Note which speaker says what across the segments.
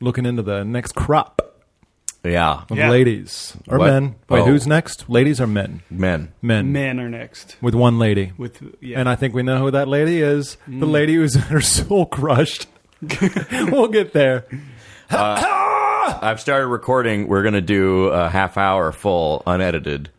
Speaker 1: looking into the next crop
Speaker 2: Yeah.
Speaker 1: of
Speaker 3: Yeah.
Speaker 1: ladies or
Speaker 2: What?
Speaker 1: men. Wait,
Speaker 2: Oh.
Speaker 1: who's next? Ladies or men?
Speaker 2: Men.
Speaker 1: Men.
Speaker 3: Men are next.
Speaker 1: With one lady.
Speaker 3: With yeah, Mm.
Speaker 1: And I think we know who that lady is. The lady who's had her soul crushed. we'll get there.
Speaker 2: I've started recording. We're going to do a half hour full, unedited.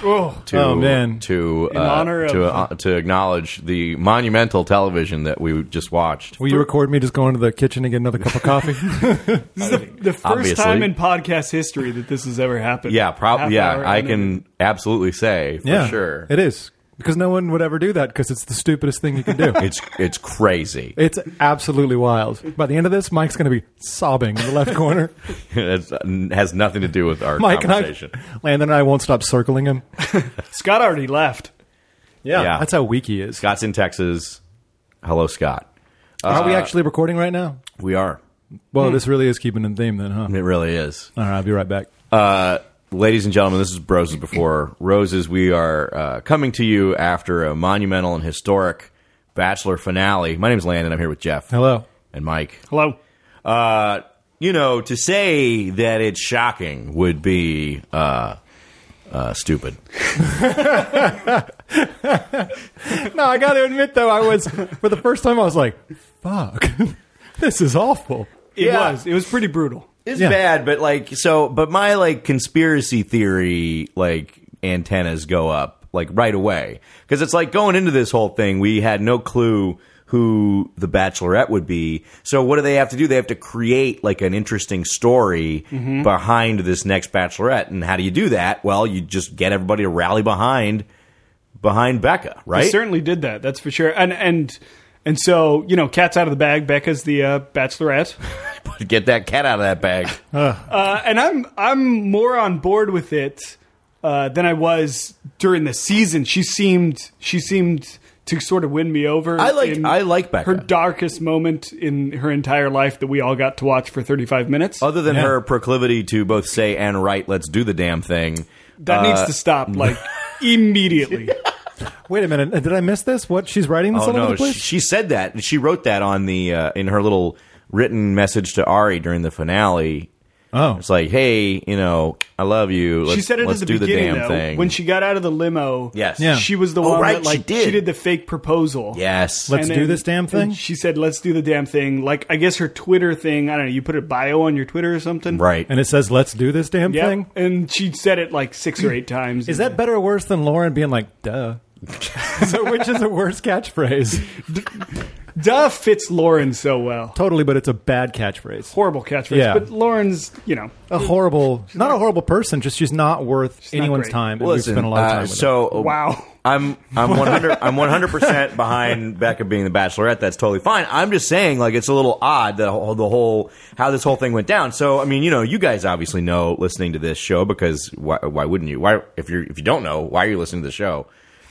Speaker 2: To,
Speaker 1: Oh, man.
Speaker 2: To, uh,
Speaker 3: honor
Speaker 2: to,
Speaker 3: of-
Speaker 2: uh, to acknowledge the monumental television that we just watched.
Speaker 1: Will you record me just going to the kitchen and get another cup of coffee?
Speaker 3: this is the, the first
Speaker 2: Obviously.
Speaker 3: time in podcast history that this has ever happened.
Speaker 2: Yeah,
Speaker 3: Half
Speaker 2: probably. Yeah,
Speaker 3: hour
Speaker 2: I
Speaker 3: edited.
Speaker 2: can absolutely say for
Speaker 1: yeah.
Speaker 2: sure.
Speaker 1: It is. Because no one would ever do that because it's the stupidest thing you can do.
Speaker 2: It's it's crazy.
Speaker 1: It's absolutely wild. By the end of this, Mike's going to be sobbing in the left corner.
Speaker 2: It has nothing to do with our
Speaker 1: Mike and I,
Speaker 2: conversation.
Speaker 1: Landon and I won't stop circling him.
Speaker 3: Scott already left.
Speaker 1: Yeah,
Speaker 2: Yeah.
Speaker 1: that's how weak he is.
Speaker 2: Scott's in Texas. Hello, Scott.
Speaker 1: Are we actually recording right now?
Speaker 2: We are. Hmm.
Speaker 1: Well, this really is keeping in theme then, huh?
Speaker 2: It really is.
Speaker 1: All right, I'll be right back.
Speaker 2: Ladies and gentlemen, this is Broses Before Roses. We are uh, coming to you after a monumental and historic Bachelor finale. My name is Landon. I'm here with Jeff
Speaker 1: Hello.
Speaker 2: and Mike.
Speaker 3: Hello.
Speaker 2: Uh, you know, to say that it's shocking would be uh, uh, stupid.
Speaker 1: No, I got to admit though, I was for the first time I was like, "Fuck, this is awful."
Speaker 3: It
Speaker 2: Yeah.
Speaker 3: was. It was pretty brutal.
Speaker 2: It's
Speaker 1: Yeah.
Speaker 2: bad, but like so. But my like conspiracy theory like antennas go up like right away because it's like going into this whole thing, we had no clue who the Bachelorette would be. So what do they have to do? They have to create like an interesting story
Speaker 3: Mm-hmm.
Speaker 2: behind this next Bachelorette, and how do you do that? Well, you just get everybody to rally behind behind Becca,
Speaker 3: They
Speaker 2: right?
Speaker 3: certainly did that. That's for sure. And and and so you know, cat's out of the bag. Becca's the uh, bachelorette,
Speaker 2: get that cat out of that bag.
Speaker 3: uh, and I'm I'm more on board with it uh, than I was during the season. She seemed she seemed to sort of win me over.
Speaker 2: I liked-
Speaker 3: in
Speaker 2: I like Becca.
Speaker 3: Her darkest moment in her entire life that we all got to watch for 35 minutes.
Speaker 2: Other than
Speaker 1: Yeah.
Speaker 2: her proclivity to both say and write, let's do the damn thing.
Speaker 3: that needs
Speaker 2: Uh,
Speaker 3: to stop like immediately.
Speaker 1: Wait a minette, did I miss this? What she's writing this all
Speaker 2: Oh
Speaker 1: over
Speaker 2: no,
Speaker 1: the
Speaker 2: she,
Speaker 1: place?
Speaker 2: she said that. She wrote that on the uh, in her little written message to Ari during the finale.
Speaker 1: oh,
Speaker 2: It's like, hey, you know, I love you. Let's,
Speaker 3: she said it
Speaker 2: let's
Speaker 3: at the
Speaker 2: do
Speaker 3: beginning
Speaker 2: the damn
Speaker 3: though,
Speaker 2: thing.
Speaker 3: when she got out of the limo.
Speaker 2: yes,
Speaker 1: Yeah.
Speaker 3: She was the
Speaker 2: Oh,
Speaker 3: one
Speaker 2: right,
Speaker 3: that like
Speaker 2: she did.
Speaker 3: the fake proposal.
Speaker 2: yes,
Speaker 1: Let's-
Speaker 3: And
Speaker 1: do this damn thing?
Speaker 3: and She said, "Let's do the damn thing." Like I guess her Twitter thing. I don't know. You put a bio on your Twitter or something,
Speaker 2: right.
Speaker 1: and it says, "Let's do this damn
Speaker 3: Yeah.
Speaker 1: thing."
Speaker 3: And she said it like six or eight times.
Speaker 1: Is that better or worse than Lauren being like, "Duh"? so which is a worse catchphrase?
Speaker 3: duh fits Lauren so well?
Speaker 1: Totally, but it's a bad catchphrase.
Speaker 3: Horrible catchphrase,
Speaker 1: Yeah.
Speaker 3: but Lauren's you know
Speaker 1: a horrible, not a horrible person, just she's not worth
Speaker 3: not
Speaker 1: anyone's
Speaker 3: great.
Speaker 1: time. and
Speaker 2: Listen,
Speaker 1: we've spent a lot of
Speaker 2: uh,
Speaker 1: time with her.
Speaker 2: so
Speaker 3: Wow.
Speaker 2: I'm I'm 100 I'm 100 percent behind Becca being the Bachelorette. That's totally fine. I'm just saying, like, it's a little odd that whole- the whole how this whole thing went down. So, I mean, you know, you guys obviously know listening to this show because why, why wouldn't you? Why if you are if you don't know, why are you listening to the show?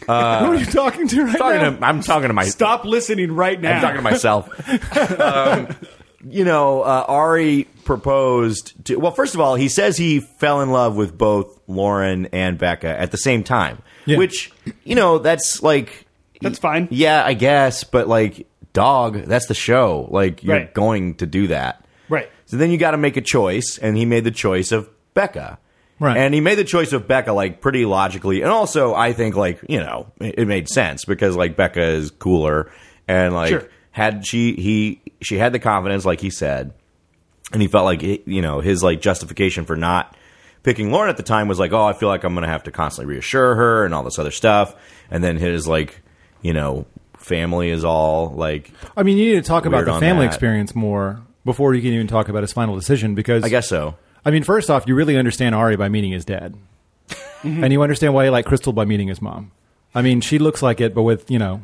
Speaker 1: Who are you talking to right now?
Speaker 2: Talking uh, to, I'm talking to my
Speaker 3: stop listening right now.
Speaker 2: I'm talking to myself. um, you know, uh, Ari proposed to. Well, first of all, he says he fell in love with both Lauren and Becca at the same time,
Speaker 1: Yeah.
Speaker 2: which you know that's like
Speaker 3: That's fine.
Speaker 2: Yeah, I guess, but like, dog, that's the show. Like, you're
Speaker 3: Right.
Speaker 2: going to do that,
Speaker 3: Right.
Speaker 2: So then you got to make a choice, and he made the choice of Becca.
Speaker 1: Right.
Speaker 2: And he made the choice of Becca like pretty logically, and also I think like you know it it made sense because like Becca is cooler, and like
Speaker 3: Sure.
Speaker 2: had she he she had the confidence like he said, and he felt like it- you know his like justification for not picking Lauren at the time was like oh I feel like I'm gonna have to constantly reassure her and all this other stuff, and then his like you know family is all like
Speaker 1: I mean, you need to talk about
Speaker 2: Weird
Speaker 1: the
Speaker 2: on
Speaker 1: family
Speaker 2: that.
Speaker 1: experience more before you can even talk about his final decision because
Speaker 2: I guess so.
Speaker 1: I mean, first off, you really understand Ari by meeting his dad.
Speaker 2: Mm-hmm.
Speaker 1: and you understand why he liked Crystal by meeting his mom. I mean, she looks like it, but with, you know,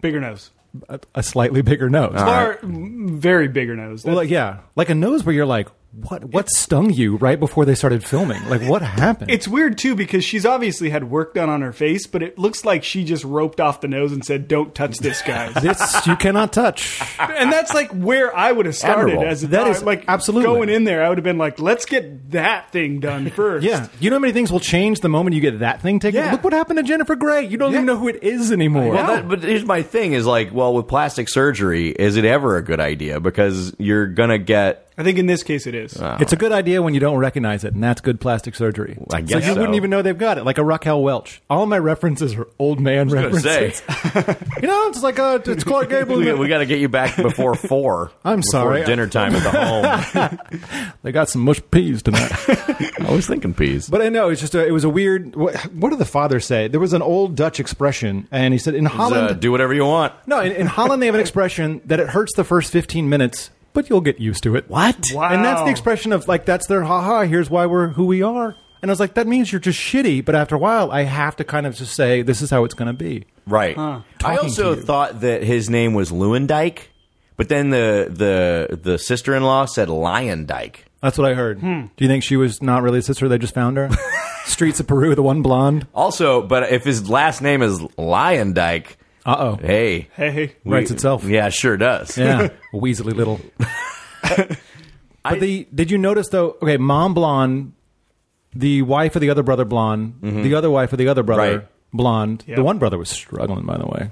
Speaker 3: Bigger nose,
Speaker 1: a, a slightly bigger nose.
Speaker 2: Ah.
Speaker 3: or mm, very bigger nose.
Speaker 1: Well, like, yeah. Like a nose where you're like, what, what stung you right before they started filming? Like, what happened?
Speaker 3: It's weird too because she's obviously had work done on her face, but it looks like she just roped off the nose and said, "Don't touch this, guys."
Speaker 1: this you cannot touch.
Speaker 3: and that's like where I would have started
Speaker 2: Admirable.
Speaker 3: as a
Speaker 1: That
Speaker 3: dog.
Speaker 1: is
Speaker 3: like
Speaker 1: absolutely.
Speaker 3: going in there. I would have been like, let's get that thing done first.
Speaker 1: Yeah. You know how many things will change the moment you get that thing taken?
Speaker 3: Yeah.
Speaker 1: Look what happened to Jennifer Gray. You don't even know who it is anymore.
Speaker 2: Well, that, but here's my thing: is like, well, with plastic surgery, is it ever a good idea? Because you're gonna get
Speaker 3: I think in this case it is.
Speaker 1: It's a good idea when you don't recognize it, and that's good plastic surgery.
Speaker 2: I guess
Speaker 1: so you
Speaker 2: so.
Speaker 1: wouldn't even know they've got it, like a Raquel Welch. All my references are old man
Speaker 2: gonna say.
Speaker 1: references. you know, it's like uh it's Clark Gable.
Speaker 2: We, we got to get you back before four.
Speaker 1: I'm
Speaker 2: Before
Speaker 1: sorry.
Speaker 2: Dinner time at the home.
Speaker 1: they got some mushed peas tonight.
Speaker 2: I was thinking peas.
Speaker 1: But I know it's just a, it was a weird. What, what did the father say? There was an old Dutch expression, and he said in Holland.
Speaker 2: Uh, do whatever you want.
Speaker 1: no, in, in Holland they have an expression that it hurts the first fifteen minutes, but you'll get used to it.
Speaker 2: What?
Speaker 3: Wow.
Speaker 1: And that's the expression of like that's their ha ha. Here's why we're who we are. And I was like, that means you're just shitty. But after a while, I have to kind of just say this is how it's going to be.
Speaker 2: Right. I
Speaker 1: Talking
Speaker 2: also
Speaker 1: to you.
Speaker 2: thought that his name was Lewandike, but then the the the sister in law said Lion Dyke.
Speaker 1: That's what I heard.
Speaker 3: Hmm.
Speaker 1: Do you think she was not really a sister? They just found her. Streets of Peru, the one blonde.
Speaker 2: Also, but if his last name is Lion Dyke,
Speaker 1: Uh oh.
Speaker 2: hey,
Speaker 3: Hey,
Speaker 2: we-
Speaker 1: Writes itself.
Speaker 2: Yeah, sure does.
Speaker 1: Yeah, weaselly little. but the did you notice though? Okay, mom blonde, the wife of the other brother blonde, the other wife of the other brother
Speaker 2: Right.
Speaker 1: blonde.
Speaker 3: Yeah.
Speaker 1: The one brother was struggling, by the way.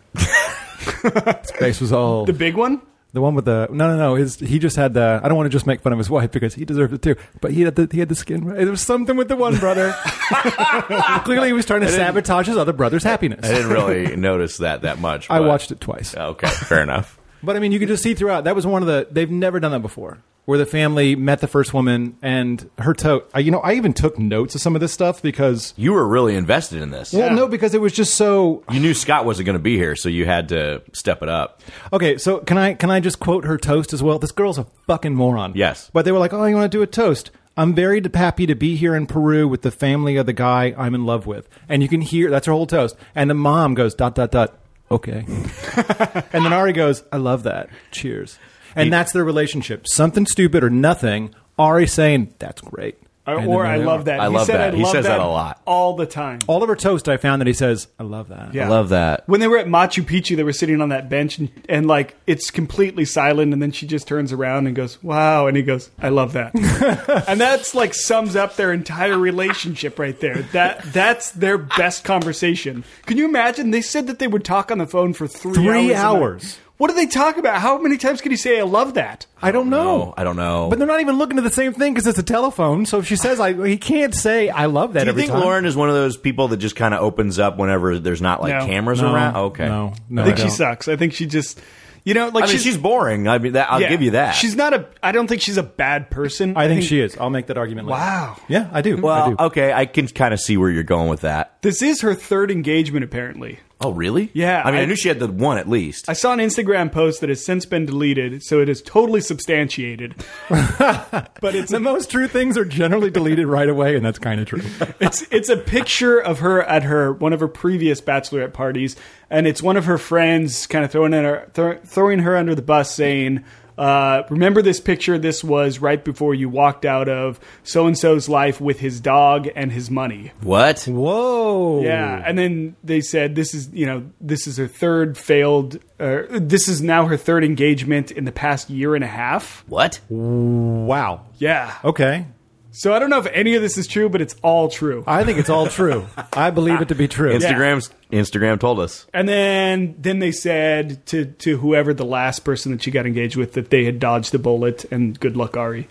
Speaker 1: his face was all
Speaker 3: the
Speaker 1: the,
Speaker 3: big one.
Speaker 1: one with the no, no, no. His he just had the. I don't want to just make fun of his wife because he deserved it too. But he had the he had the skin. There was something with the one brother. Clearly, he was trying to sabotage his other brother's happiness.
Speaker 2: I didn't really notice that that much.
Speaker 1: I
Speaker 2: but-
Speaker 1: watched it twice.
Speaker 2: Okay, fair enough.
Speaker 1: But I mean, you could just see throughout. That was one of the. They've never done that before, where the family met the first woman and her tote. I, you know, I even took notes of some of this stuff because.
Speaker 2: You were really invested in this.
Speaker 1: Well, no, because it was just so.
Speaker 2: You knew Scott wasn't going to be here, so you had to step it up.
Speaker 1: Okay, so can I can I just quote her toast as well? This girl's a fucking moron.
Speaker 2: Yes.
Speaker 1: But they were like, "Oh, you want to do a toast? I'm very d- happy to be here in Peru with the family of the guy I'm in love with." And you can hear that's her whole toast. And the mom goes dot dot dot. Okay. and then Ari goes, "I love that. Cheers." And that's their relationship. Something stupid or nothing. Ari saying, "That's great."
Speaker 3: Or,
Speaker 1: And
Speaker 3: or
Speaker 1: then
Speaker 3: I
Speaker 1: they
Speaker 3: love
Speaker 1: are.
Speaker 3: that.
Speaker 2: I
Speaker 3: he
Speaker 2: love
Speaker 3: said
Speaker 2: that.
Speaker 3: I
Speaker 2: He
Speaker 3: love
Speaker 2: says
Speaker 3: that
Speaker 2: that a lot.
Speaker 3: all the time.
Speaker 1: Oliver Toast, I found that he says, "I love that."
Speaker 3: Yeah.
Speaker 2: I love that.
Speaker 3: When they were at Machu Picchu, they were sitting on that bench, and, and like it's completely silent. And then she just turns around and goes, "Wow!" And he goes, "I love that." and that's like sums up their entire relationship right there. That that's their best conversation. Can you imagine? They said that they would talk on the phone for three,
Speaker 1: Three
Speaker 3: hours. a night.
Speaker 1: hours.
Speaker 3: What do they talk about? How many times can you say, "I love that"?
Speaker 1: I don't know.
Speaker 2: No, Oh, I don't know.
Speaker 1: But they're not even looking at the same thing because it's a telephone. So if she says, "I," he can't say, "I love that."
Speaker 2: Do you
Speaker 1: every
Speaker 2: think
Speaker 1: time.
Speaker 2: Lauren is one of those people that just kind of opens up whenever there's not like
Speaker 3: No.
Speaker 2: cameras
Speaker 1: No.
Speaker 2: around? Okay.
Speaker 1: No. No.
Speaker 3: I
Speaker 1: I
Speaker 3: think she
Speaker 1: don't.
Speaker 3: sucks. I think she just, you know, like
Speaker 2: I mean, she's, boring. I mean, that, I'll
Speaker 3: yeah.
Speaker 2: give you that.
Speaker 3: She's not a. I don't think she's a bad person.
Speaker 1: I think she is. I'll make that argument. Later.
Speaker 3: Wow.
Speaker 1: Yeah, I do. I
Speaker 2: well, uh,
Speaker 1: do.
Speaker 2: okay. I can kind of see where you're going with that.
Speaker 3: This is her third engagement, apparently.
Speaker 2: Oh, really?
Speaker 3: Yeah,
Speaker 2: I mean, I,
Speaker 3: I-
Speaker 2: knew she had the one at least.
Speaker 3: I saw an Instagram post that has since been deleted, so it is totally substantiated. but it's
Speaker 1: The
Speaker 3: a,
Speaker 1: most true things are generally deleted right away, and that's kind of true.
Speaker 3: it's it's a picture of her at her one of her previous bachelorette parties, and it's one of her friends kind of throwing in her thro- throwing her under the bus, saying. Uh, remember this picture? This was right before you walked out of so and so's life with his dog and his money.
Speaker 2: what?
Speaker 1: Whoa.
Speaker 3: Yeah, and then they said this is you know this is her third failed. Uh, this is now her third engagement in the past year and a half.
Speaker 2: What?
Speaker 1: Wow.
Speaker 3: Yeah.
Speaker 1: Okay.
Speaker 3: So I don't know if any of this is true, but it's all true.
Speaker 1: I think it's all true. I believe it to be true.
Speaker 2: Instagram's Instagram told us.
Speaker 3: And then then they said to to whoever the last person that she got engaged with that they had dodged a bullet and good luck Ari.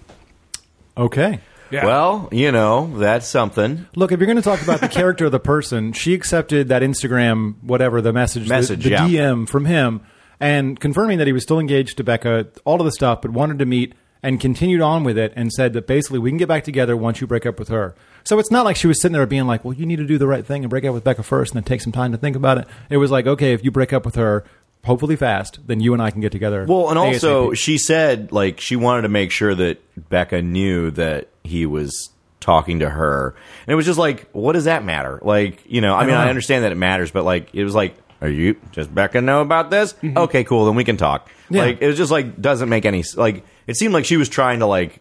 Speaker 1: Okay.
Speaker 3: Yeah.
Speaker 2: Well, you know, that's something.
Speaker 1: Look, if you're going to talk about the character of the person, she accepted that Instagram, whatever the message, the-
Speaker 2: Message,
Speaker 1: the,
Speaker 2: yeah.
Speaker 1: DM from him, and confirming that he was still engaged to Becca, all of the stuff, but wanted to meet and continued on with it and said that basically we can get back together once you break up with her. So it's not like she was sitting there being like, well, you need to do the right thing and break up with Becca first and then take some time to think about it. It was like, okay, if you break up with her, hopefully fast, then you and I can get together.
Speaker 2: Well, and also
Speaker 1: ASAP.
Speaker 2: she said like she wanted to make sure that Becca knew that he was talking to her, and it was just like, what does that matter? Like, you know, I mean,
Speaker 1: don't
Speaker 2: I
Speaker 1: know.
Speaker 2: understand that it matters, but like, it was like, are you does Becca know about this? Okay, cool, then we can talk.
Speaker 1: Mm-hmm. Yeah.
Speaker 2: Like, it was just like doesn't make any s- like. It seemed like she was trying to like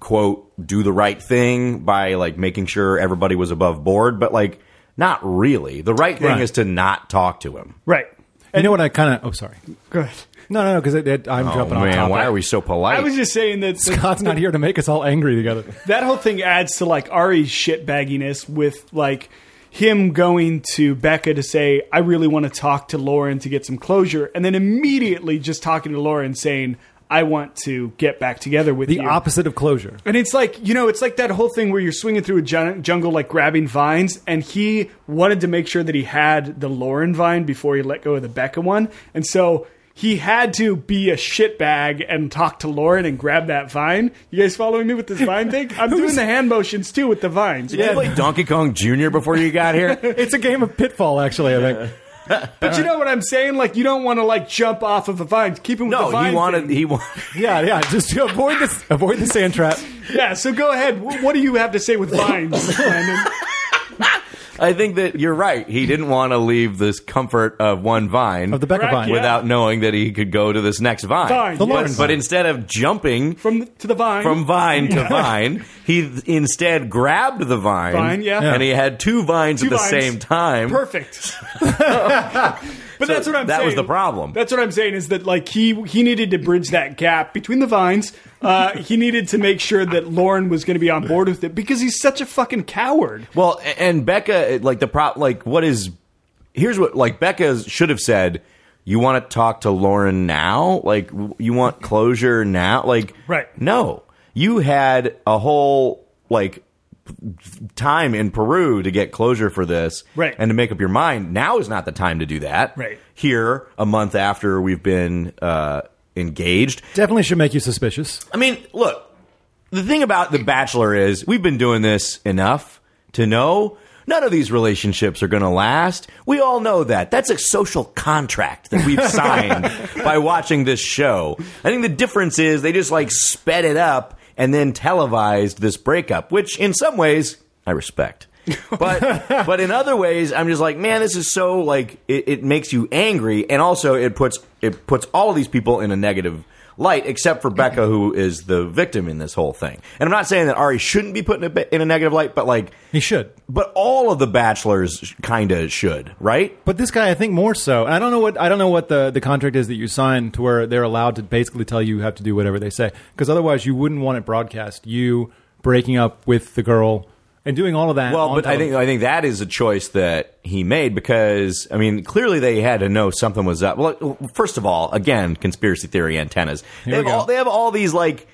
Speaker 2: quote do the right thing by like making sure everybody was above board, but like not really. The right thing
Speaker 1: Right.
Speaker 2: is to not talk to him.
Speaker 3: Right.
Speaker 1: you know what I kind of, oh, sorry.
Speaker 3: Good.
Speaker 1: No, no, no, because I'm
Speaker 2: Oh,
Speaker 1: jumping on
Speaker 2: man,
Speaker 1: top.
Speaker 2: why are we so polite?
Speaker 3: I was just saying that
Speaker 1: God's not here to make us all angry together.
Speaker 3: that whole thing adds to like Ari's shitbagginess with like him going to Becca to say, I really want to talk to Lauren to get some closure, and then immediately just talking to Lauren saying, I want to get back together with
Speaker 1: The
Speaker 3: you.
Speaker 1: opposite of closure.
Speaker 3: And it's like, you know, it's like that whole thing where you're swinging through a jun- jungle, like grabbing vines. And he wanted to make sure that he had the Lauren vine before he let go of the Becca one. And so he had to be a shitbag and talk to Lauren and grab that vine. You guys following me with this vine thing? I'm doing the hand motions too with the vines.
Speaker 2: Did you play Donkey Kong Jr. before you got here?
Speaker 1: It's a game of pitfall, actually, I think.
Speaker 3: But you know what I'm saying? Like, you don't want to, like, jump off of a vine. Keep him with the
Speaker 2: No,
Speaker 3: vine.
Speaker 2: he wanted
Speaker 3: thing.
Speaker 2: he wanted
Speaker 1: Yeah, yeah. Just to avoid this, avoid the sand trap.
Speaker 3: Yeah, so go ahead. Wh- What do you have to say with vines? Brandon?
Speaker 2: I think that you're right. He didn't want to leave this comfort of one vine
Speaker 1: Of the Becca
Speaker 3: Correct,
Speaker 1: vine.
Speaker 3: yeah.
Speaker 2: without knowing that he could go to this next vine.
Speaker 3: Vine,
Speaker 1: The
Speaker 3: yes.
Speaker 1: Lauren
Speaker 2: But instead of jumping
Speaker 3: From the, to the vine.
Speaker 2: from vine to vine, he th- instead grabbed the vine.
Speaker 3: Vine, yeah.
Speaker 2: And he had two vines
Speaker 3: Two
Speaker 2: at the
Speaker 3: vines.
Speaker 2: same time.
Speaker 3: Perfect. but that's what I'm
Speaker 2: that
Speaker 3: saying.
Speaker 2: was the problem.
Speaker 3: That's what I'm saying is that like he he needed to bridge that gap between the vines. Uh, he needed to make sure that Lauren was going to be on board with it because he's such a fucking coward.
Speaker 2: Well, a- and Becca, it- like the prop, like what is? Here's what like Becca should have said. You want to talk to Lauren now? Like w- you want closure now? Like
Speaker 3: Right.
Speaker 2: No, you had a whole like p- time in Peru to get closure for this,
Speaker 3: Right.
Speaker 2: And to make up your mind. Now is not the time to do that,
Speaker 3: Right.
Speaker 2: Here, a month after we've been uh, engaged,
Speaker 1: Definitely should make you suspicious.
Speaker 2: I mean, look, the thing about The Bachelor is we've been doing this enough to know none of these relationships are going to last. We all know that. That's a social contract that we've signed by watching this show. I think the difference is they just like sped it up and then televised this breakup, which in some ways I respect. but but in other ways I'm just like man this is so like it, it makes you angry and also it puts it puts all these people in a negative light, except for Becca, who is the victim in this whole thing. And I'm not saying that Ari shouldn't be put in a, bit- in a negative light, but like,
Speaker 1: He should.
Speaker 2: but all of the bachelors kind of should, right?
Speaker 1: But this guy, I think, more so. And I don't know what I don't know what the, the contract is that you sign to where they're allowed to basically tell you you have to do whatever they say because otherwise you wouldn't want it broadcast. You breaking up with the girl and doing all of that.
Speaker 2: Well,
Speaker 1: on
Speaker 2: but I
Speaker 1: television.
Speaker 2: think I think that is a choice that he made because I mean clearly they had to know something was up. Well, first of all, again, conspiracy theory antennas. They
Speaker 1: Here
Speaker 2: have,
Speaker 1: we go.
Speaker 2: all, they have all these like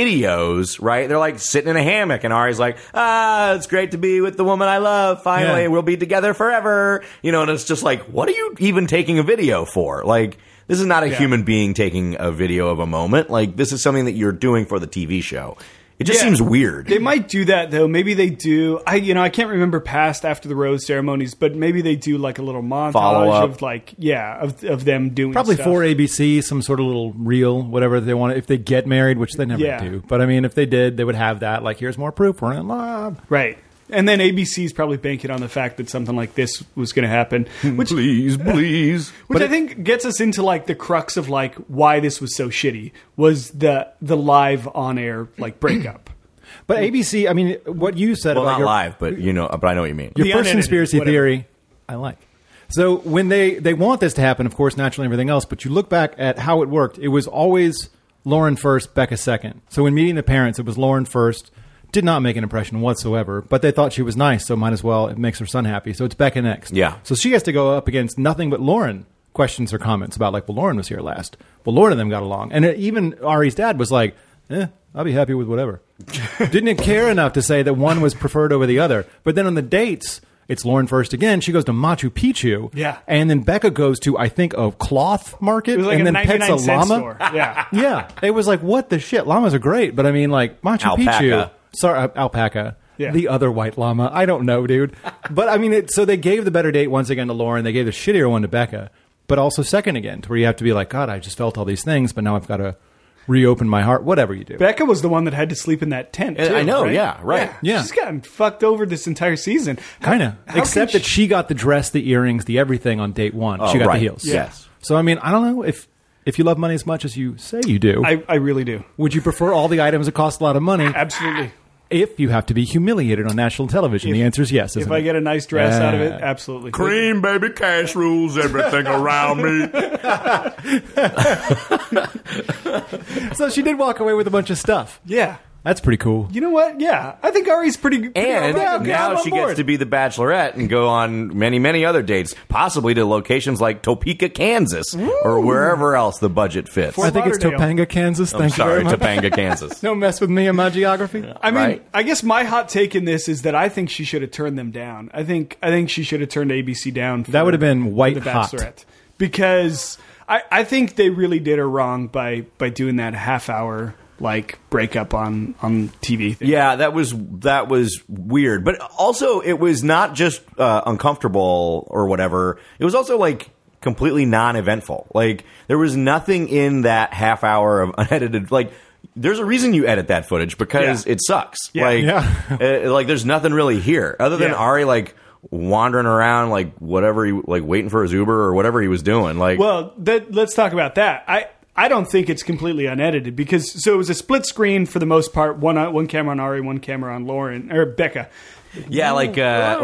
Speaker 2: videos, right? They're like sitting in a hammock, and Ari's like, "Ah, it's great to be with the woman I love. Finally,
Speaker 1: Yeah.
Speaker 2: we'll be together forever." You know, and it's just like, what are you even taking a video for? Like. This is not a human being taking a video of a moment. Like this is something that you're doing for the TV show. It just
Speaker 3: Yeah.
Speaker 2: seems weird.
Speaker 3: They might do that though. Maybe they do. I you know I can't remember past after the rose ceremonies, but maybe they do like a little montage
Speaker 2: Follow up.
Speaker 3: of like yeah of of them doing
Speaker 1: probably
Speaker 3: stuff.
Speaker 1: for ABC, some sort of little reel, whatever they want. If they get married, which they never
Speaker 3: Yeah.
Speaker 1: do, but I mean, if they did, they would have that. Like, here's more proof we're in love.
Speaker 3: Right. And then ABC's probably banking on the fact that something like this was going to happen, which
Speaker 2: please, please.
Speaker 3: which I think gets us into like the crux of like why this was so shitty was the the live on air like breakup.
Speaker 1: But ABC, I mean, what you said
Speaker 2: Well,
Speaker 1: about
Speaker 2: not
Speaker 1: your,
Speaker 2: live, but you know, but I know what you mean.
Speaker 1: Your
Speaker 3: The
Speaker 1: first
Speaker 3: unedited,
Speaker 1: conspiracy
Speaker 3: whatever.
Speaker 1: theory, I like. So when they they want this to happen, of course, naturally everything else. But you look back at how it worked. It was always Lauren first, Becca second. So when meeting the parents, it was Lauren first. Did not make an impression whatsoever, but they thought she was nice, so might as well. It makes her son happy, so it's Becca next.
Speaker 2: Yeah.
Speaker 1: So she has to go up against nothing but Lauren questions or comments about like, well, Lauren was here last. Well, Lauren and them got along, and even Ari's dad was like, eh, I'll be happy with whatever. Didn't care enough to say that one was preferred over the other. But then on the dates, it's Lauren first again. She goes to Machu Picchu,
Speaker 3: Yeah.
Speaker 1: and then Becca goes to I think a cloth market,
Speaker 3: It was like
Speaker 1: and
Speaker 3: a
Speaker 1: then
Speaker 3: ninety
Speaker 1: pets a
Speaker 3: nine cent
Speaker 1: llama.
Speaker 3: store. Yeah.
Speaker 1: Yeah, it was like what the shit. Llamas are great, but I mean like Machu Picchu.
Speaker 2: Alpaca.
Speaker 1: Sorry, uh, alpaca.
Speaker 3: Yeah.
Speaker 1: The other white llama. I don't know, dude. But I mean, it, so they gave the better date once again to Lauren. They gave the shittier one to Becca, but also second again, to where you have to be like, God, I just felt all these things, but now I've got to reopen my heart. Whatever you do,
Speaker 3: Becca was the one that had to sleep in that tent.
Speaker 2: Yeah,
Speaker 3: too,
Speaker 2: I know,
Speaker 3: right?
Speaker 2: yeah, right.
Speaker 1: Yeah.
Speaker 3: She's gotten fucked over this entire season. How-
Speaker 1: kind of.
Speaker 3: how can
Speaker 1: Except that she got the dress, the earrings, the everything on date one. she got
Speaker 2: Oh, right.
Speaker 1: the heels.
Speaker 2: Yeah. Yes.
Speaker 1: So I mean, I don't know if if you love money as much as you say you do,
Speaker 3: I, I really do.
Speaker 1: would you prefer all the items that cost a lot of money?
Speaker 3: Absolutely.
Speaker 1: If you have to be humiliated on national television, the answer is yes.
Speaker 3: If
Speaker 1: isn't
Speaker 3: I
Speaker 1: it?
Speaker 3: get a nice dress out of it,
Speaker 1: Yeah.
Speaker 3: absolutely.
Speaker 2: Cream, baby, cash rules everything around me.
Speaker 1: so she did walk away with a bunch of stuff.
Speaker 3: Yeah.
Speaker 1: That's pretty cool.
Speaker 3: You know what? Yeah, I think Ari's pretty. pretty
Speaker 2: And
Speaker 3: yeah, okay,
Speaker 2: now
Speaker 3: I'm on
Speaker 2: she
Speaker 3: board.
Speaker 2: gets to be the bachelorette and go on many, many other dates, possibly to locations like Topeka, Kansas, or wherever else the budget fits.
Speaker 1: I think it's
Speaker 3: Lauderdale.
Speaker 1: Topanga, Kansas.
Speaker 2: I'm
Speaker 1: Thank you
Speaker 2: sorry,
Speaker 1: very much.
Speaker 2: Topanga, Kansas.
Speaker 1: Don't mess with me and my geography.
Speaker 3: I mean,
Speaker 2: right?
Speaker 3: I guess my hot take in this is that I think she should have turned them down. I think I think she should have turned ABC down. For,
Speaker 1: That would have been
Speaker 3: for
Speaker 1: white
Speaker 3: the
Speaker 1: hot.
Speaker 3: Bachelorette because I, I think they really did her wrong by by doing that half hour like breakup on on TV. Thing.
Speaker 2: Yeah, that was that was weird, but also it was not just uh, uncomfortable or whatever. It was also like completely non-eventful. Like there was nothing in that half hour of unedited. Like there's a reason you edit that footage because
Speaker 3: Yeah.
Speaker 2: it sucks.
Speaker 3: Yeah.
Speaker 2: Like
Speaker 1: Yeah.
Speaker 2: uh, like there's nothing really here other than
Speaker 3: Yeah.
Speaker 2: Ari like wandering around like whatever he like waiting for his Uber or whatever he was doing. Like
Speaker 3: Well, that, let's talk about that. I I don't think it's completely unedited because so it was a split screen for the most part. One one camera on Ari, one camera on Lauren or Becca.
Speaker 2: yeah, like uh,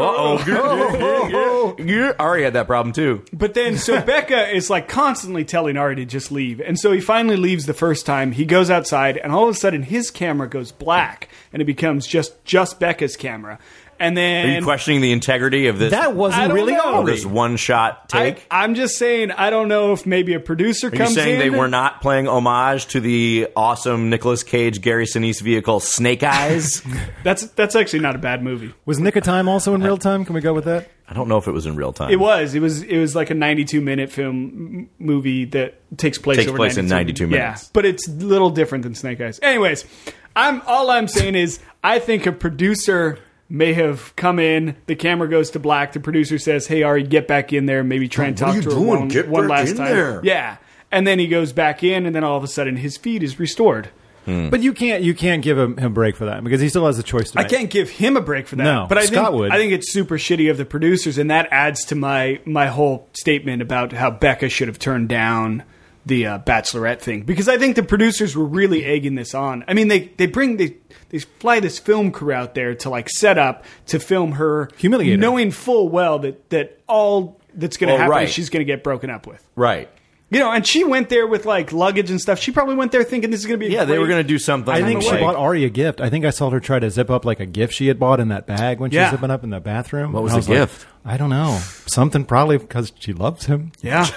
Speaker 2: oh, Ari had that problem too.
Speaker 3: But then, so Becca is like constantly telling Ari to just leave. And so he finally leaves the first time. He goes outside, and all of a sudden, his camera goes black, and it becomes just just Becca's camera. And
Speaker 2: Are you
Speaker 3: then
Speaker 2: questioning the integrity of this?
Speaker 1: That
Speaker 3: I
Speaker 1: wasn't
Speaker 3: don't
Speaker 1: really
Speaker 3: know.
Speaker 1: Ari.
Speaker 2: this one shot
Speaker 3: Oh, I,
Speaker 2: take.
Speaker 3: I'm just saying, I don't know if maybe a producer
Speaker 2: Are you
Speaker 3: comes
Speaker 2: saying
Speaker 3: in.
Speaker 2: they were not playing homage to the awesome Nicolas Cage Gary Sinise vehicle Snake Eyes?
Speaker 3: That's that's actually not a bad movie.
Speaker 1: Was Nick of Time also in real time? Can we go with that?
Speaker 2: I don't know if it was in real time.
Speaker 3: It was. It was. It was like a 92 minute film m- movie that takes place
Speaker 2: Takes
Speaker 3: over
Speaker 2: place in 92
Speaker 3: Yeah,
Speaker 2: minutes.
Speaker 3: but it's a little different than Snake Eyes. Anyways, I'm all I'm saying is I think a producer may have come in. The camera goes to black. The producer says, "Hey Ari, get back in there. Maybe try and
Speaker 2: What
Speaker 3: talk
Speaker 2: are you
Speaker 3: to her
Speaker 2: doing?
Speaker 3: one,
Speaker 2: Get
Speaker 3: one
Speaker 2: back
Speaker 3: last
Speaker 2: in
Speaker 3: time."
Speaker 2: there.
Speaker 3: Yeah, and then he goes back in, and then all of a sudden his feed is restored.
Speaker 2: Hmm.
Speaker 1: But you can't you can't give him a break for that because he still has a choice to
Speaker 3: I
Speaker 1: make.
Speaker 3: can't give him a break for that.
Speaker 1: No,
Speaker 3: but I
Speaker 1: Scott
Speaker 3: think
Speaker 1: would.
Speaker 3: I think it's super shitty of the producers, and that adds to my my whole statement about how Becca should have turned down the uh, Bachelorette thing because I think the producers were really egging this on. I mean, they they bring they they fly this film crew out there to like set up to film her,
Speaker 1: Humiliate her.
Speaker 3: knowing full well that that all that's going to
Speaker 2: Well,
Speaker 3: happen
Speaker 2: right.
Speaker 3: is she's going to get broken up with.
Speaker 2: right.
Speaker 3: You know, and she went there with like luggage and stuff. She probably went there thinking this is going to be a
Speaker 2: Yeah, they were
Speaker 3: great-
Speaker 2: going to do something.
Speaker 1: I think she
Speaker 2: like-
Speaker 1: bought Ari a gift. I think I saw her try to zip up like a gift she had bought in that bag when she
Speaker 3: Yeah.
Speaker 1: was zipping up in the bathroom.
Speaker 2: What was
Speaker 1: And I
Speaker 2: the
Speaker 1: like,
Speaker 2: gift?
Speaker 1: I don't know. Something probably because she loves him.
Speaker 3: yeah.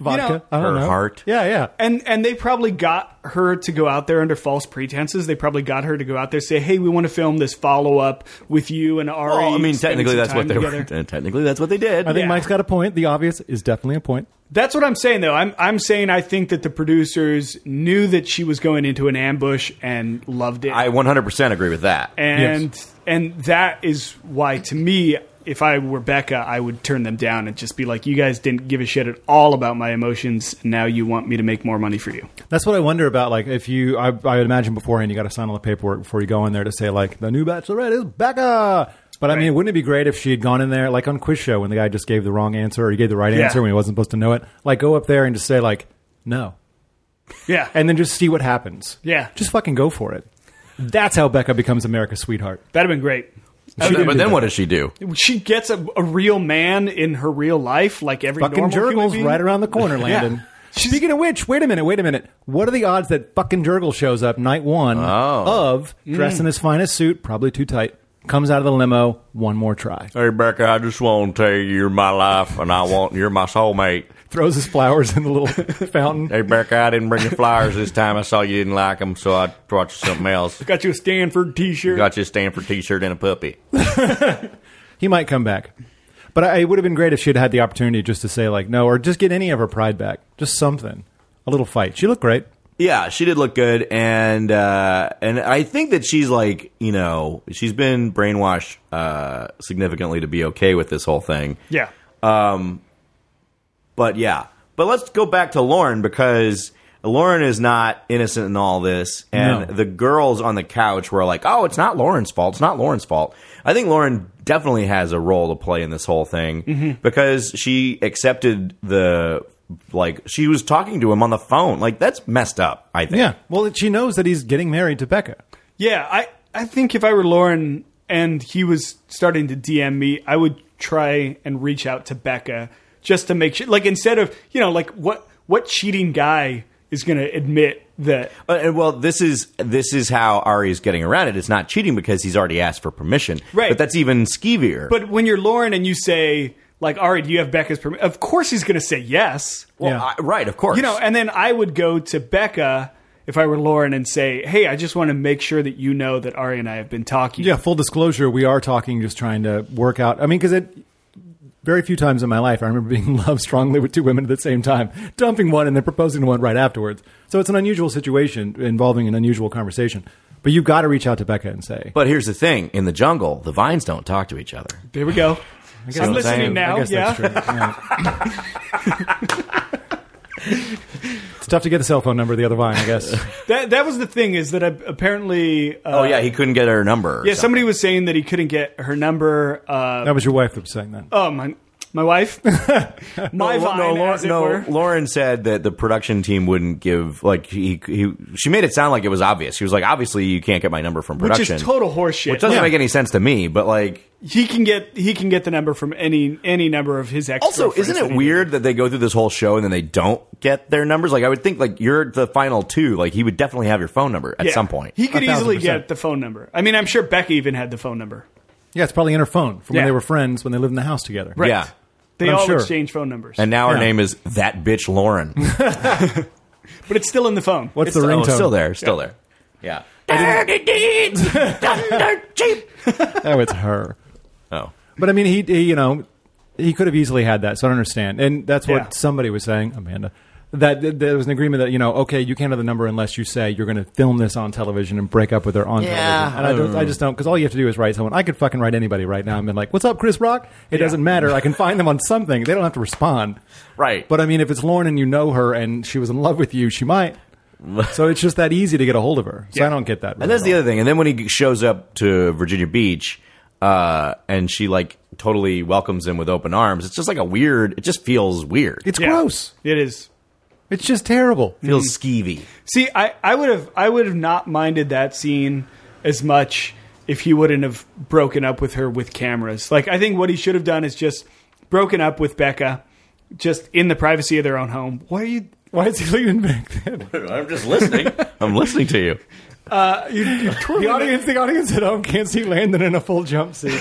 Speaker 1: Vodka.
Speaker 3: know-
Speaker 1: I don't
Speaker 2: Her
Speaker 1: know.
Speaker 2: heart.
Speaker 1: Yeah, yeah.
Speaker 3: And and they probably got her to go out there under false pretenses. They probably got her to go out there say, "Hey, we want to film this follow up with you and Ari."
Speaker 2: Well, I mean,
Speaker 3: spending
Speaker 2: technically
Speaker 3: some
Speaker 2: that's what
Speaker 3: time
Speaker 2: they
Speaker 3: together.
Speaker 2: were. Technically that's what they did.
Speaker 1: I think
Speaker 3: yeah.
Speaker 1: Mike's got a point. The obvious is definitely a point.
Speaker 3: That's what I'm saying though. I'm I'm saying I think that the producers knew that she was going into an ambush and loved it.
Speaker 2: I 100% agree with that.
Speaker 3: and and that is why to me if I were Becca, I would turn them down and just be like, "You guys didn't give a shit at all about my emotions. Now you want me to make more money for you."
Speaker 1: That's what I wonder about. Like, if you, I, I would imagine beforehand, you got to sign all the paperwork before you go in there to say like the new Bachelorette is Becca. But I mean,
Speaker 3: Right.
Speaker 1: wouldn't it be great if she had gone in there like on quiz show when the guy just gave the wrong answer or he gave the right
Speaker 3: Yeah.
Speaker 1: answer when he wasn't supposed to know it? Like, go up there and just say like no,
Speaker 3: Yeah,
Speaker 1: and then just see what happens.
Speaker 3: Yeah.
Speaker 1: just fucking go for it. That's how Becca becomes America's sweetheart.
Speaker 3: that'd have been great.
Speaker 2: But then- but then what does she do?
Speaker 3: she gets a, a real man in her real life, like every
Speaker 1: Fucking
Speaker 3: normal human
Speaker 1: Jurgles
Speaker 3: being.
Speaker 1: right around the corner,
Speaker 3: Yeah.
Speaker 1: Landon. Speaking of which, wait a minute, wait a minute. What are the odds that fucking Jurgle shows up night one
Speaker 3: Oh.
Speaker 1: of
Speaker 3: Mm.
Speaker 1: dressed in his finest suit, probably too tight, comes out of the limo, one more try,
Speaker 2: Hey, Becca, I just want to tell you you're my life and I want you're my soulmate.
Speaker 1: throws his flowers in the little fountain.
Speaker 2: Hey, Becca, I didn't bring you flowers this time. I saw you didn't like them, so I brought you something else.
Speaker 3: Got you a Stanford T-shirt.
Speaker 2: Got you a Stanford T-shirt and a puppy.
Speaker 1: He might come back, but I, it would have been great if she had had the opportunity just to say like no, or just get any of her pride back, just something, a little fight. She looked great.
Speaker 2: Yeah, she did look good, and uh, and I think that she's like you know she's been brainwashed uh, significantly to be okay with this whole thing.
Speaker 3: yeah,
Speaker 2: But yeah, but let's go back to Lauren because Lauren is not innocent in all this, and
Speaker 1: No.
Speaker 2: the girls on the couch were like, "Oh, it's not Lauren's fault. It's not Lauren's fault." I think Lauren definitely has a role to play in this whole thing
Speaker 1: Mm-hmm.
Speaker 2: because she accepted the like she was talking to him on the phone. Like that's messed up. I think.
Speaker 1: Yeah, well, she knows that he's getting married to Becca.
Speaker 3: yeah. I I think if I were Lauren and he was starting to DM me, I would try and reach out to Becca just to make sure. Like instead of you know, like what what cheating guy is going to admit that
Speaker 2: Uh, and, well, this is this is how Ari is getting around it. It's not cheating because he's already asked for permission.
Speaker 3: Right.
Speaker 2: But that's even skeevier.
Speaker 3: But when you're Lauren and you say, like, all right, do you have Becca's permission? Of course he's going to say yes.
Speaker 2: well,
Speaker 1: Yeah.
Speaker 2: I- right, of course.
Speaker 3: You know, and then I would go to Becca if I were Lauren and say, hey, I just want to make sure that you know that Ari and I have been talking.
Speaker 1: Yeah, full disclosure, we are talking, just trying to work out. I mean, because it. Very few times in my life I remember being in love strongly with two women at the same time, dumping one and then proposing to one right afterwards. So it's an unusual situation involving an unusual conversation. But you've got to reach out to Becca and say,
Speaker 2: But here's the thing: in the jungle, the vines don't talk to each other.
Speaker 3: There we go. I'm
Speaker 2: I'm
Speaker 3: listening
Speaker 2: saying-
Speaker 3: now.
Speaker 1: I guess
Speaker 3: yeah.
Speaker 1: that's true. Yeah. it's tough to get the cell phone number of the other vine, I guess.
Speaker 3: That, that was the thing is that uh, apparently. Uh,
Speaker 2: oh yeah, he couldn't get her number. or
Speaker 3: yeah,
Speaker 2: something.
Speaker 3: somebody was saying that he couldn't get her number. Uh,
Speaker 1: That was your wife that was saying that.
Speaker 3: oh, my, my wife. my
Speaker 2: No,
Speaker 3: vine,
Speaker 2: no, Lauren,
Speaker 3: as it
Speaker 2: no,
Speaker 3: were.
Speaker 2: Lauren said that the production team wouldn't give like he, he she made it sound like it was obvious. She was like, obviously you can't get my number from
Speaker 3: Which
Speaker 2: production,
Speaker 3: is total horseshit.
Speaker 2: Which doesn't
Speaker 1: Yeah.
Speaker 2: make any sense to me. But like,
Speaker 3: he can get he can get the number from any any number of his ex.
Speaker 2: also, isn't it weird that they go through this whole show and then they don't get their numbers? Like, I would think like you're the final two. Like, he would definitely have your phone number at
Speaker 3: Yeah.
Speaker 2: some point.
Speaker 3: He could
Speaker 1: A thousand
Speaker 3: easily
Speaker 1: percent.
Speaker 3: get the phone number. I mean, I'm sure Becca even had the phone number.
Speaker 1: Yeah, it's probably in her phone from
Speaker 3: Yeah.
Speaker 1: when they were friends when they lived in the house together.
Speaker 3: Right.
Speaker 2: Yeah.
Speaker 3: They
Speaker 1: I'm
Speaker 3: all
Speaker 1: sure.
Speaker 3: exchange phone numbers.
Speaker 2: and now her
Speaker 1: Yeah.
Speaker 2: name is that bitch Lauren.
Speaker 3: but it's still in the phone.
Speaker 1: What's the
Speaker 2: oh,
Speaker 1: ringtone?
Speaker 2: still there, still there. Yeah. Dirty deeds, thunder cheap.
Speaker 1: Oh, it's her.
Speaker 2: Oh.
Speaker 1: But I mean, he, he you know, he could have easily had that. So I don't understand. And that's what
Speaker 3: Yeah.
Speaker 1: somebody was saying, Amanda. That that there was an agreement that you know, okay, you can't have the number unless you say you're going to film this on television and break up with her on
Speaker 2: Yeah.
Speaker 1: television. And I, don't, I just don't because all you have to do is write someone. I could fucking write anybody right now. I'm been like, what's up, Chris Rock? It doesn't matter. I can find them on something. They don't have to respond.
Speaker 2: Right.
Speaker 1: But I mean, if it's Lauren and you know her and she was in love with you, she might. so it's just that easy to get a hold of her. So I don't get that.
Speaker 2: And that's the other thing. And then when he shows up to Virginia Beach, uh, and she like totally welcomes him with open arms, it's just like a weird. It just feels weird. It
Speaker 1: It's
Speaker 3: Yeah.
Speaker 1: gross.
Speaker 3: It is.
Speaker 1: It's just terrible.
Speaker 2: feels skeevy.
Speaker 3: See, I, I would have I would have not minded that scene as much if he wouldn't have broken up with her with cameras. Like I think what he should have done is just broken up with Becca, just in the privacy of their own home. Why are you?
Speaker 1: Why is he leaning back then?
Speaker 2: I'm just listening. I'm listening to you.
Speaker 3: you you're twirling,
Speaker 1: The audience, the audience at home can't see Landon in a full jumpsuit